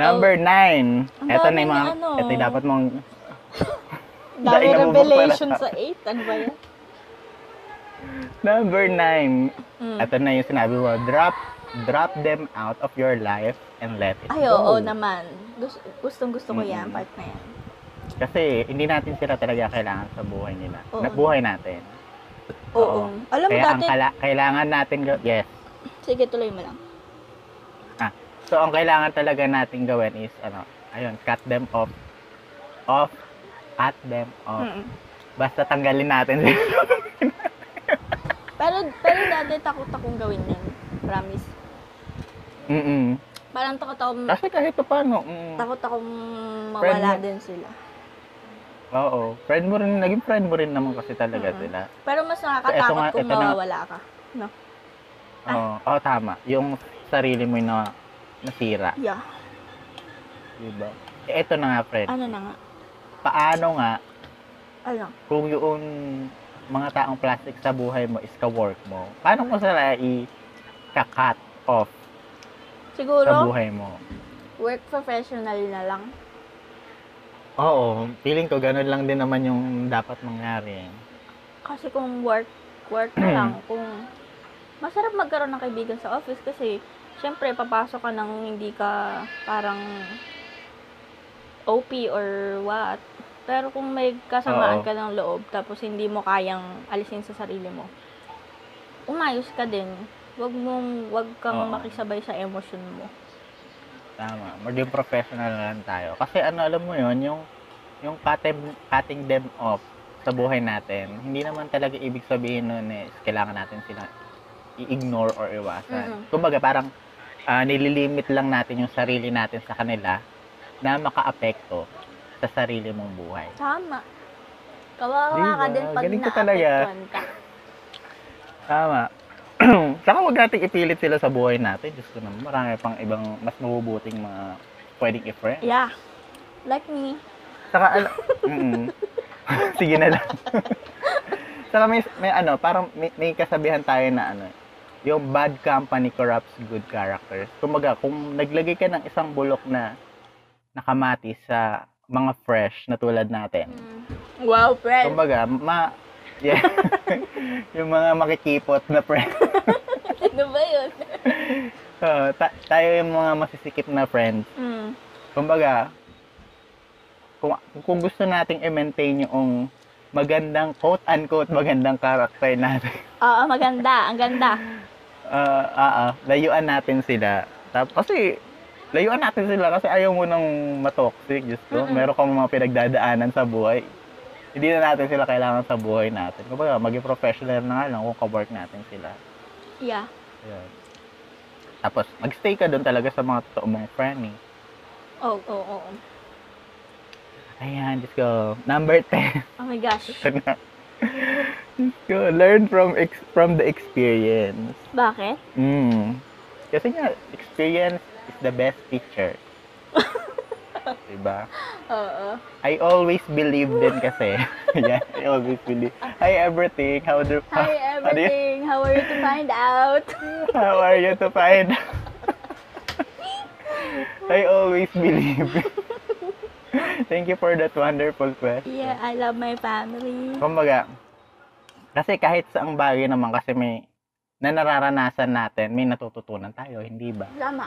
Number nine.
Oh. Ang
Ito na
dami
yung mga,
na ano.
ito yung dapat mong,
Dami
Dahil nabubog pala.
revelation sa 8. Ano ba yun?
number nine.
Mm.
Ito na yung sinabi mo, drop, drop them out of your life and let it
Ay,
go.
oo naman. Gusto, gustong gusto ko yan,
Mm.
part na yan.
Kasi hindi natin sila talaga kailangan sa buhay nila.
Oo.
Na buhay natin. Oo.
Oo. Alam mo
Kaya ang
dati,
kala- kailangan natin ga- yes.
sige tuloy mo lang.
So ang kailangan talaga natin gawin is ano, ayun, cut them off. Off. Cut them off.
Mm.
Basta tanggalin natin (laughs) sila.
Pero, pero dati takot akong gawin yan. Promise.
Mm.
Parang takot akong,
Kasi kahit pa paano, mm,
takot akong
Friend
mawala
mo.
din sila.
oo. Friend mo rin, naging friend mo rin naman kasi talaga
Mm.
sila.
Pero mas
Eto nga,
nakakatakot kung
eto na.
mawawala ka. Ah.
Oo, oo, tama. Yung sarili mo yung na nasira,
Yeah.
di ba? Eh, Ito na nga, friend.
Ano na nga?
Paano nga
Ano?
kung yung mga taong plastic sa buhay mo is ka-work mo, paano mo sila i-cut off sa
Siguro,
buhay mo?
work professional na lang.
Oo, feeling ko ganun lang din naman yung dapat mangyari.
Kasi kung work, work na lang,
Hmm.
kung masarap magkaroon ng kaibigan sa office kasi syempre papasok ka nang hindi ka parang OP or what. Pero kung may kasamaan
Oo.
ka ng loob tapos hindi mo kayang alisin sa sarili mo, umayos ka din. Wag mong wag kang
Oo.
makisabay sa emosyon mo.
Tama, maging professional na lang tayo. Kasi ano, alam mo yon yung, yung cutting, cutting them off sa buhay natin, hindi naman talaga ibig sabihin nun is kailangan natin sila i-ignore or iwasan.
Mm-mm.
Kumbaga, parang ah, nililimit lang natin yung sarili natin sa kanila na makaapekto sa sarili mong buhay.
Tama. Kawawa
Diba?
ka din pag
Galing ka talaga.
naapektuhan ka.
Tama. (clears throat) Saka huwag natin ipilit sila sa buhay natin. Diyos ko naman, marami pang ibang mas mabubuting mga pwedeng i-friend.
Yeah. Like me.
Saka ano, mm (laughs) sige na lang. (laughs) Saka may, may ano, parang may, may kasabihan tayo na ano, yung bad company corrupts good characters. Kumbaga, kung naglagay ka ng isang bulok na nakamati sa mga fresh na tulad natin,
Hmm. Wow, friend.
kumbaga, ma... Yeah. (laughs) yung mga makikipot na friend.
(laughs)
(laughs)
Ano ba yun?
Oo, ta- tayo yung mga masisikip na friends.
Mm.
Kumbaga, kung, kung gusto nating i-maintain yung magandang quote-unquote magandang karakter natin, (laughs)
Oo, maganda. Ang ganda.
ah, ah, ah, layuan natin sila. Tap, kasi, layuan natin sila kasi ayaw mo nang matoxic. Diyos ko,
Mm-mm.
meron kang mga pinagdadaanan sa buhay. Hindi na natin sila kailangan sa buhay natin. Kumbaga, maging professional na nga lang kung kawork natin sila.
Yeah.
Ayan. Tapos, magstay ka doon talaga sa mga totoo mong friend. eh.
Oo, oo, oo.
Ayan, Diyos ko. Number (laughs) 10.
Oh my gosh.
Ito na. Diyos ko, learn from ex- from the experience.
Bakit?
Mm. Kasi nga, experience is the best teacher. diba?
Oo.
I always believe din kasi. yeah, I always believe. Hi, everything. How do
Hi,
Ano yun?
everything. How are you to find out?
How are you to find out? I always believe. (laughs) Thank you for that wonderful question.
Yeah, I love my family.
Kumbaga, kasi kahit saang bagay naman kasi may na nararanasan natin, may natututunan tayo, hindi ba?
Tama.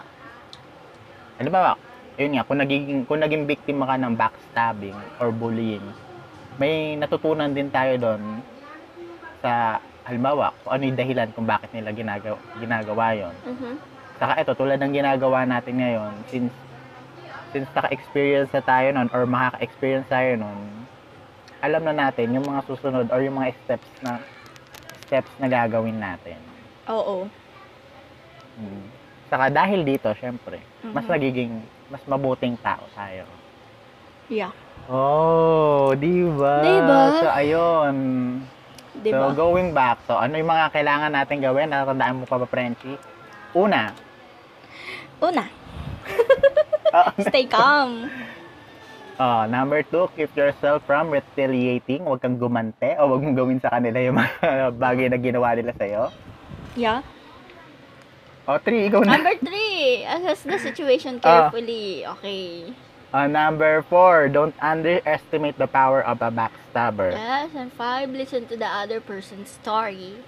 Alam ba, yun nga, kung naging, kung naging biktima ka ng backstabbing or bullying, may natutunan din tayo doon sa, halimbawa, kung ano yung dahilan kung bakit nila ginagawa, ginagawa yon
Mhm.
Saka ito, tulad ng ginagawa natin ngayon, since since naka-experience na tayo nun or makaka-experience tayo nun, alam na natin yung mga susunod or yung mga steps na steps na gagawin natin.
Oo.
Mm. Saka dahil dito, syempre, mas
Mhm.
nagiging, mas mabuting tao tayo.
Yeah.
Oh, di ba?
Diba?
So, ayun.
Diba?
So, going back, so ano yung mga kailangan natin gawin? Natatandaan mo pa ba, Frenchie? Una,
Una. Stay calm.
Ah, number two, keep yourself from retaliating. Huwag kang gumante o huwag mong gawin sa kanila yung mga (laughs) bagay na ginawa nila sa'yo.
Yeah.
O, three, ikaw na.
Number three, assess the situation
Ah.
carefully. Okay.
Ah, number four, don't underestimate the power of a backstabber.
Yes, and five, listen to the other person's story.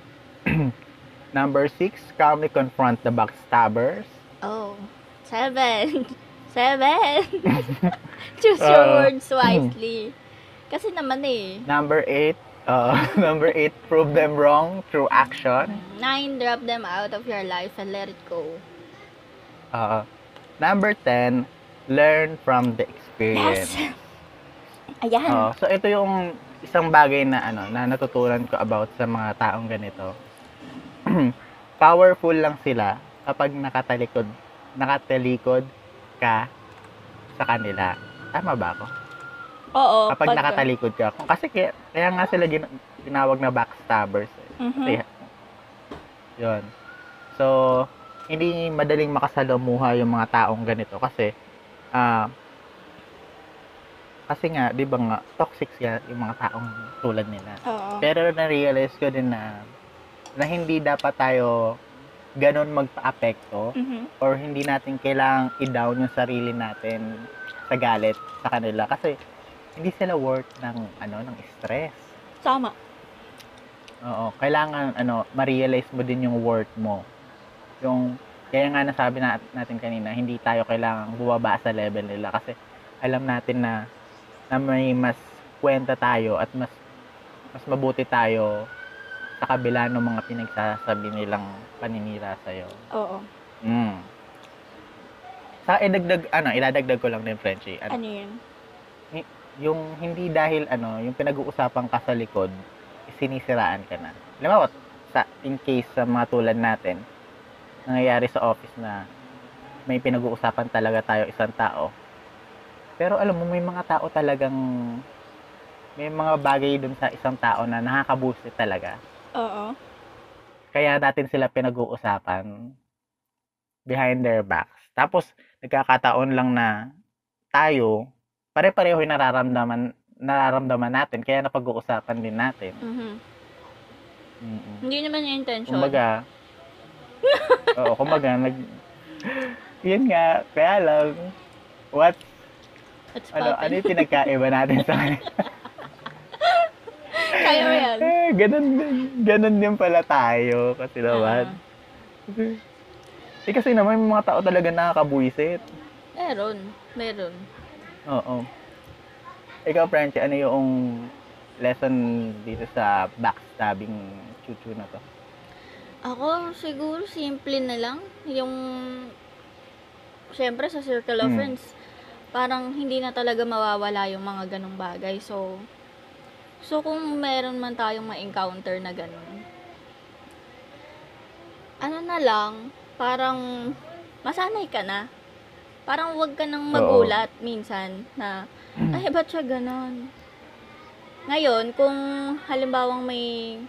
Number six, calmly confront the backstabbers.
Oh, seven. (laughs)
(laughs)
Seven. Choose your
Ah.
words wisely. Kasi naman eh.
Number eight, ah, (laughs) number eight, prove them wrong through action.
Nine, drop them out of your life and let it go.
Ah, number ten, learn from the
Yes. (laughs)
experience.
Ayan.
Oo. so ito yung isang bagay na ano na natutunan ko about sa mga taong ganito. (clears throat) Powerful lang sila kapag nakatalikod nakatalikod ka sa kanila. Tama ba ako?
Oo.
Oh, Kapag nakatalikod ka. Kasi kaya, kaya nga sila gin- ginawag na backstabbers. eh.
Mhm.
Kaya, yun. So, hindi madaling makasalamuha yung mga taong ganito kasi ah kasi nga, di ba nga, toxic siya yung mga taong tulad nila.
Oo.
Pero na-realize ko din na na hindi dapat tayo ganun magpa-apekto
Mhm.
or hindi natin kailangang i-down yung sarili natin sa galit sa kanila kasi hindi sila worth ng ano ng stress.
Tama.
Oo, kailangan ano, ma-realize mo din yung worth mo. Yung kaya nga nasabi na, natin kanina, hindi tayo kailangang bumaba sa level nila kasi alam natin na na may mas kwenta tayo at mas mas mabuti tayo sa kabila ng mga pinagsasabi nilang paninira sa'yo.
Oo.
Mm. Sa idagdag, ano, iladagdag ko lang din, Frenchie. Ano,
Ano yun?
yung hindi dahil ano, yung pinag-uusapan ka sa likod, sinisiraan ka na. Alam mo, sa, in case sa mga tulad natin, nangyayari sa office na may pinag-uusapan talaga tayo isang tao. Pero alam mo, may mga tao talagang, may mga bagay dun sa isang tao na nakakabusit talaga.
Oo.
Kaya natin sila pinag-uusapan behind their backs. Tapos, nagkakataon lang na tayo, pare-pareho yung nararamdaman, nararamdaman natin, kaya napag-uusapan din natin.
Mhm.
Mm-mm.
Hindi naman yung
Mm-hmm.
intention.
Kumbaga, oo, kumbaga, nag, yun nga, kaya lang, what,
It's
ano, (laughs) ano
poppin'.
yung pinagkaiba natin sa
Kaya mo yan.
Eh, ganun, din- ganun din pala tayo, kasi naman. Eh, kasi naman, yung mga tao talaga nakakabuisit.
Meron. Meron.
Oo. Ikaw, Francie, ano yung lesson dito sa backstabbing chuchu na to?
Ako, siguro, simple na lang. Yung, syempre, sa circle of
Mm.
friends, parang hindi na talaga mawawala yung mga ganong bagay. So, so kung meron man tayong ma-encounter na ganon, ano na lang, parang masanay ka na. Parang wag ka nang
Oo. Mm.
magulat minsan na, ay, ba't siya ganon? Ngayon, kung halimbawang may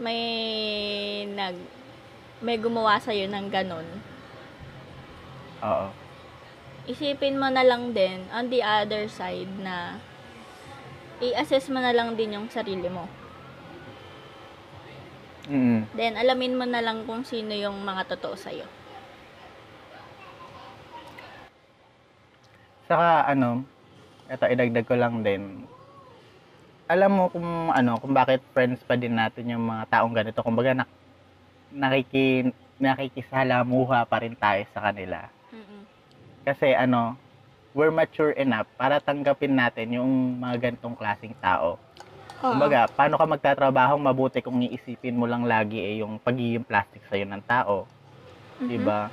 may nag may gumawa sa ng ganun.
Oo.
Isipin mo na lang din on the other side na i-assess mo na lang din yung sarili mo.
Mm-mm.
Then alamin mo na lang kung sino yung mga totoo sa iyo.
Saka ano, ito idagdag ko lang din. Alam mo kung ano, kung bakit friends pa din natin yung mga taong ganito. Kumbaga nak nakiki nakikisalamuha pa rin tayo sa kanila. Kasi ano, we're mature enough para tanggapin natin yung mga ganitong klaseng tao. Kumbaga, paano ka magtatrabahong mabuti kung iisipin mo lang lagi eh, yung pagiging plastic sa'yo ng tao, di
Mm-hmm.
ba?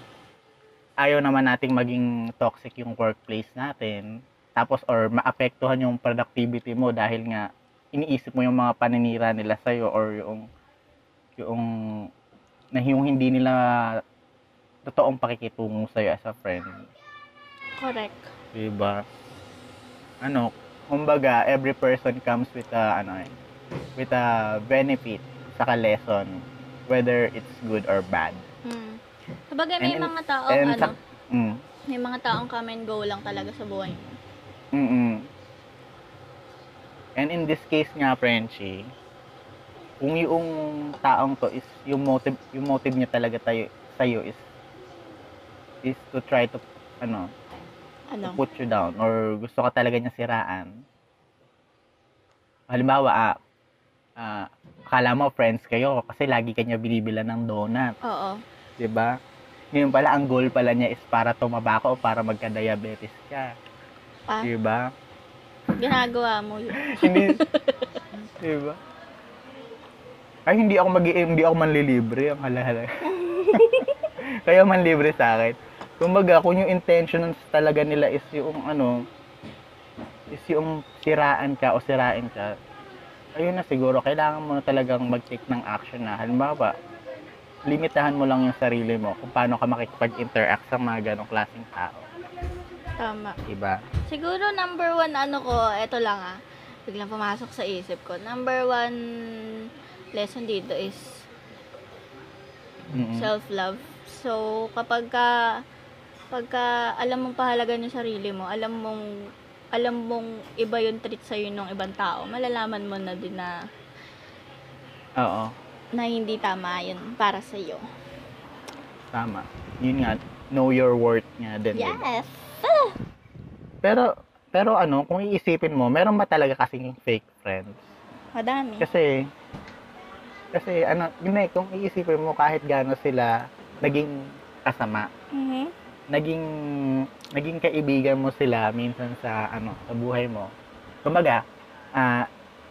Ayaw naman nating maging toxic yung workplace natin, tapos or maapektuhan yung productivity mo dahil nga iniisip mo yung mga paninira nila sa'yo or yung yung na yung hindi nila totoong pakikitungo sa'yo as a friend.
Mm-hmm. Correct.
Diba? Ano, kumbaga, every person comes with a, ano eh, with a benefit, saka lesson, whether it's good or bad.
Mm. Sabagay may
And-
mga taong
and
ano,
sa- Mm,
may mga taong come and go lang talaga sa buhay mo.
mm, mm. And in this case nga, Frenchie, kung yung taong to is, yung motive, yung motive niya talaga tayo, sa'yo is, is to try to, ano,
Ano?
to put you down or gusto ka talaga niya siraan. Halimbawa, ah, ah, akala mo friends kayo kasi lagi kanya binibila ng donut,
Oo.
'di ba? Ngayon pala ang goal pala niya is para tumaba ka o para magka-diabetes ka,
Ah.
'di ba?
Ginagawa mo yun.
Hindi 'di ba? Ay hindi ako mag hindi ako manlilibre ang (laughs) halahala. Kaya manlibre sa akin. Kumbaga, kung yung intention talaga nila is yung ano, is yung siraan ka o sirain ka, ayun na siguro, kailangan mo na talagang mag-take ng action na. Halimbawa, limitahan mo lang yung sarili mo kung paano ka makikipag-interact sa mga ganong klaseng tao.
Tama.
Diba?
Siguro number one ano ko, eto lang ah. Biglang pumasok sa isip ko. Number one lesson dito is
Mm-mm.
self-love. So, kapag ka, pagka alam mong pahalagan yung sarili mo, alam mong alam mong iba yung treat sa'yo ng ibang tao, malalaman mo na din na,
Oo,
na hindi tama yun para sa'yo.
tama. Yun nga, know your worth nga din. diba?
Yes!
Pero, pero ano, kung iisipin mo, meron ba talaga kasing fake friends?
Madami.
Kasi, kasi ano, yun eh, kung iisipin mo kahit gaano sila naging kasama,
Mhm.
naging, naging kaibigan mo sila minsan sa, ano, sa buhay mo. Kumbaga, ah,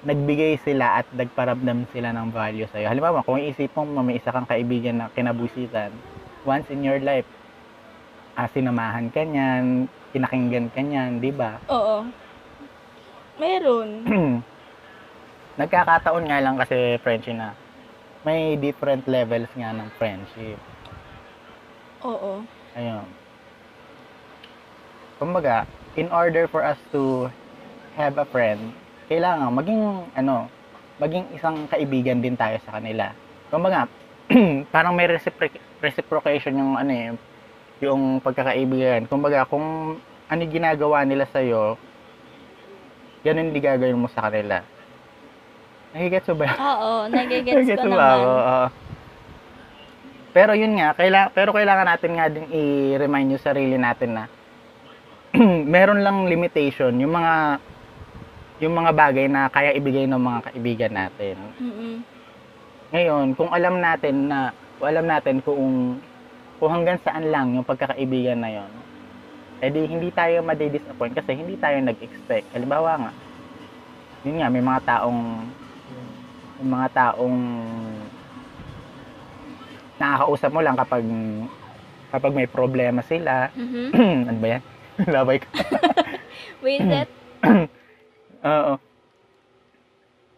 nagbigay sila at nagparamdam sila ng value sa'yo. Halimbawa, kung iisipin mo may isa kang kaibigan na kinabusitan, once in your life, ah, sinamahan ka niyan, pinakinggan ka niyan, di ba? (clears throat)
Oo. Meron.
nagkakataon nga lang kasi friendship na may different levels nga ng friendship.
Oo.
Ayun. Kumbaga, in order for us to have a friend, kailangan maging ano, maging isang kaibigan din tayo sa kanila. Kumbaga, (clears throat) parang may recipro- reciprocation yung ano eh, yung pagkakaibigan. Kumbaga, kung ano yung ginagawa nila sa iyo, ganun din gagawin mo sa kanila. Nakikita ba
Oo, nagigets ko
Gets mo ako,
naman.
oo. Pero yun nga, kaila, pero kailangan natin nga din i-remind yung sarili natin na (clears throat) meron lang limitation yung mga yung mga bagay na kaya ibigay ng mga kaibigan natin.
Mhm.
Ngayon, kung alam natin na kung alam natin kung kung hanggang saan lang yung pagkakaibigan na yon, eh di hindi tayo madi-disappoint kasi hindi tayo nag-expect. Halimbawa nga, yun nga, may mga taong, may mga taong nakakausap mo lang kapag kapag may problema sila. (clears throat)
Mhm.
ano ba yan? (laughs) Labay ka.
Wait,
Mm-hmm.
that,
Oo.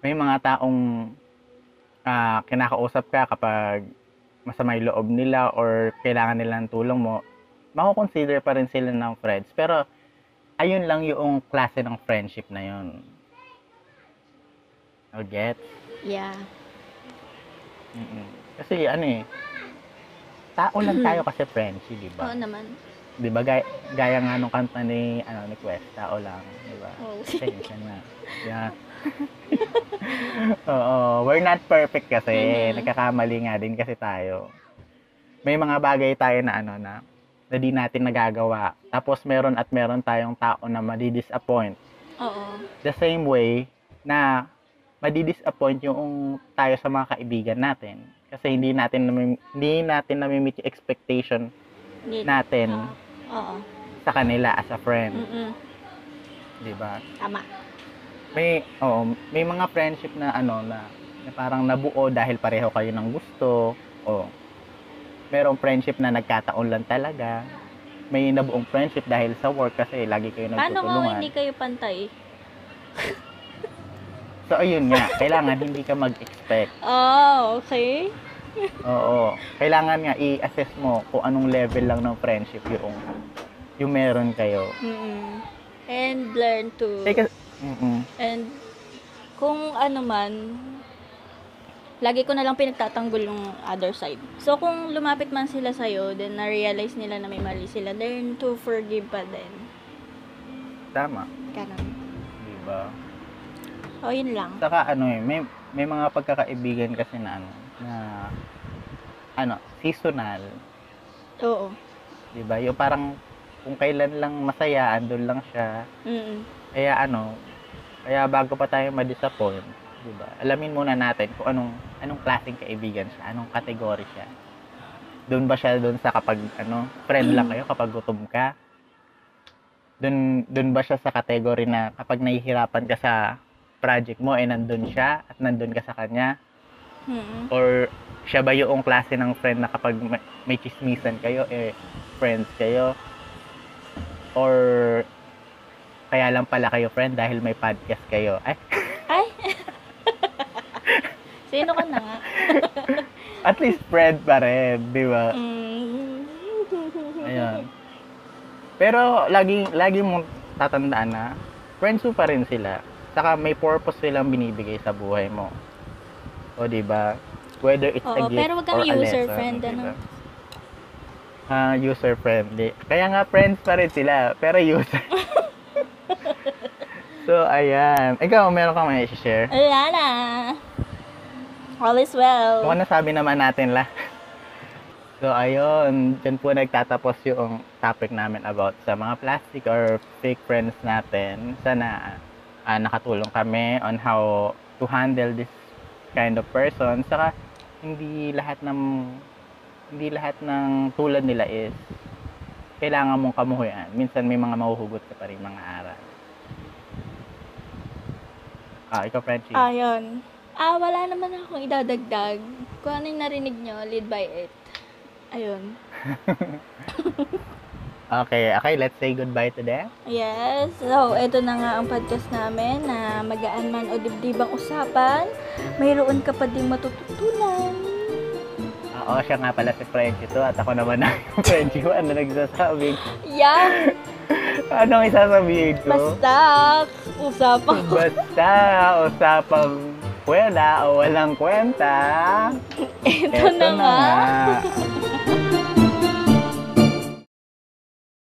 May mga taong ah, kinakausap ka kapag masama yung loob nila or kailangan nila ng tulong mo, makukonsider pa rin sila ng friends. Pero, ayun lang yung klase ng friendship na yun. Oh, get?
yeah.
Mm-mm. Kasi ano eh, tao lang tayo kasi friendship, di
Oo
ba?
naman.
Di ba gaya, gaya nga nung kanta ni, ano, ni Quest, tao lang, di ba?
Oo.
Thanks, yan na. Yeah. (laughs) Oo, we're not perfect kasi.
Mhm.
Nagkakamali nga din kasi tayo. May mga bagay tayo na ano na na di natin nagagawa. Tapos meron at meron tayong tao na madi-disappoint.
Oo.
The same way na madi-disappoint yung tayo sa mga kaibigan natin. Kasi hindi natin nami- hindi natin nami-meet yung expectation
Need.
natin
Oo.
sa kanila as a friend,
Mm-mm.
'di ba?
Tama.
may oo, may mga friendship na ano na, na parang nabuo dahil pareho kayo ng gusto o merong friendship na nagkataon lang talaga may nabuong friendship dahil sa work kasi lagi kayo
Paano kung
nagtutulungan.
hindi kayo pantay?
So ayun nga, kailangan hindi ka mag-expect.
Oh, okay.
Oo. Kailangan nga i-assess mo kung anong level lang ng friendship yung yung meron kayo.
Mm-mm. And learn to...
Kasi mm
And kung ano man, lagi ko na lang pinagtatanggol yung other side. So kung lumapit man sila sa'yo, then na-realize nila na may mali sila, learn to forgive pa din.
tama,
Ganun.
'di ba?
O, yun lang.
Saka ano eh, may, may mga pagkakaibigan kasi na ano, na ano, seasonal,
Oo.
'di ba? Yung parang kung kailan lang masaya, andun lang siya.
Mm-mm.
Kaya ano, kaya bago pa tayo ma-disappoint, 'di ba? Alamin muna natin kung anong anong klaseng kaibigan siya, anong kategory siya. Doon ba siya doon sa kapag ano, friend lang kayo kapag gutom ka? Doon doon ba siya sa category na kapag nahihirapan ka sa project mo ay eh, nandun siya at nandun ka sa kanya?
Mm-mm.
Or siya ba yung klase ng friend na kapag may- may chismisan kayo, eh, friends kayo? Or kaya lang pala kayo friend dahil may podcast kayo? Ay,
Sino ka na nga?
at least friend pa rin, di ba?
Mm.
Ayan. Pero laging, laging mong tatandaan na friends mo pa rin sila. Saka may purpose silang binibigay sa buhay mo. O, di ba? Whether it's a
Oo,
gift
pero wag
or
kang
a
user
lesson,
friend,
di
ano?
ba? Ah, user friendly. Kaya nga friends pa rin sila, pero
(laughs)
user. so, ayan. Ikaw, meron kang may share?
Wala na. All is well.
Mukhang nasabi naman natin la. (laughs) So, ayun. Diyan po nagtatapos yung topic namin about sa mga plastic or fake friends natin. Sana ah, nakatulong kami on how to handle this kind of person. Saka, hindi lahat ng hindi lahat ng tulad nila is kailangan mong kamuhuyan. Minsan may mga mahuhugot ka pa rin mga aral. Ah, ikaw, Frenchie.
Ayun. Ah, wala naman akong idadagdag. Kung ano yung narinig nyo, lead by it. Ayun.
Okay, okay, let's say goodbye to them.
Yes. So, ito na nga ang podcast namin na magaan man o dibdibang usapan, mayroon ka pa ding matututunan.
Oo, siya nga pala si Frenchie to at ako naman (laughs) na Frenchie. Ano nagsasabi?
Yeah!
Anong isasabihin ko?
Basta! Usapan (laughs) ko.
Basta, usapang kwela o walang kwenta.
Ito, na, nga.
nga.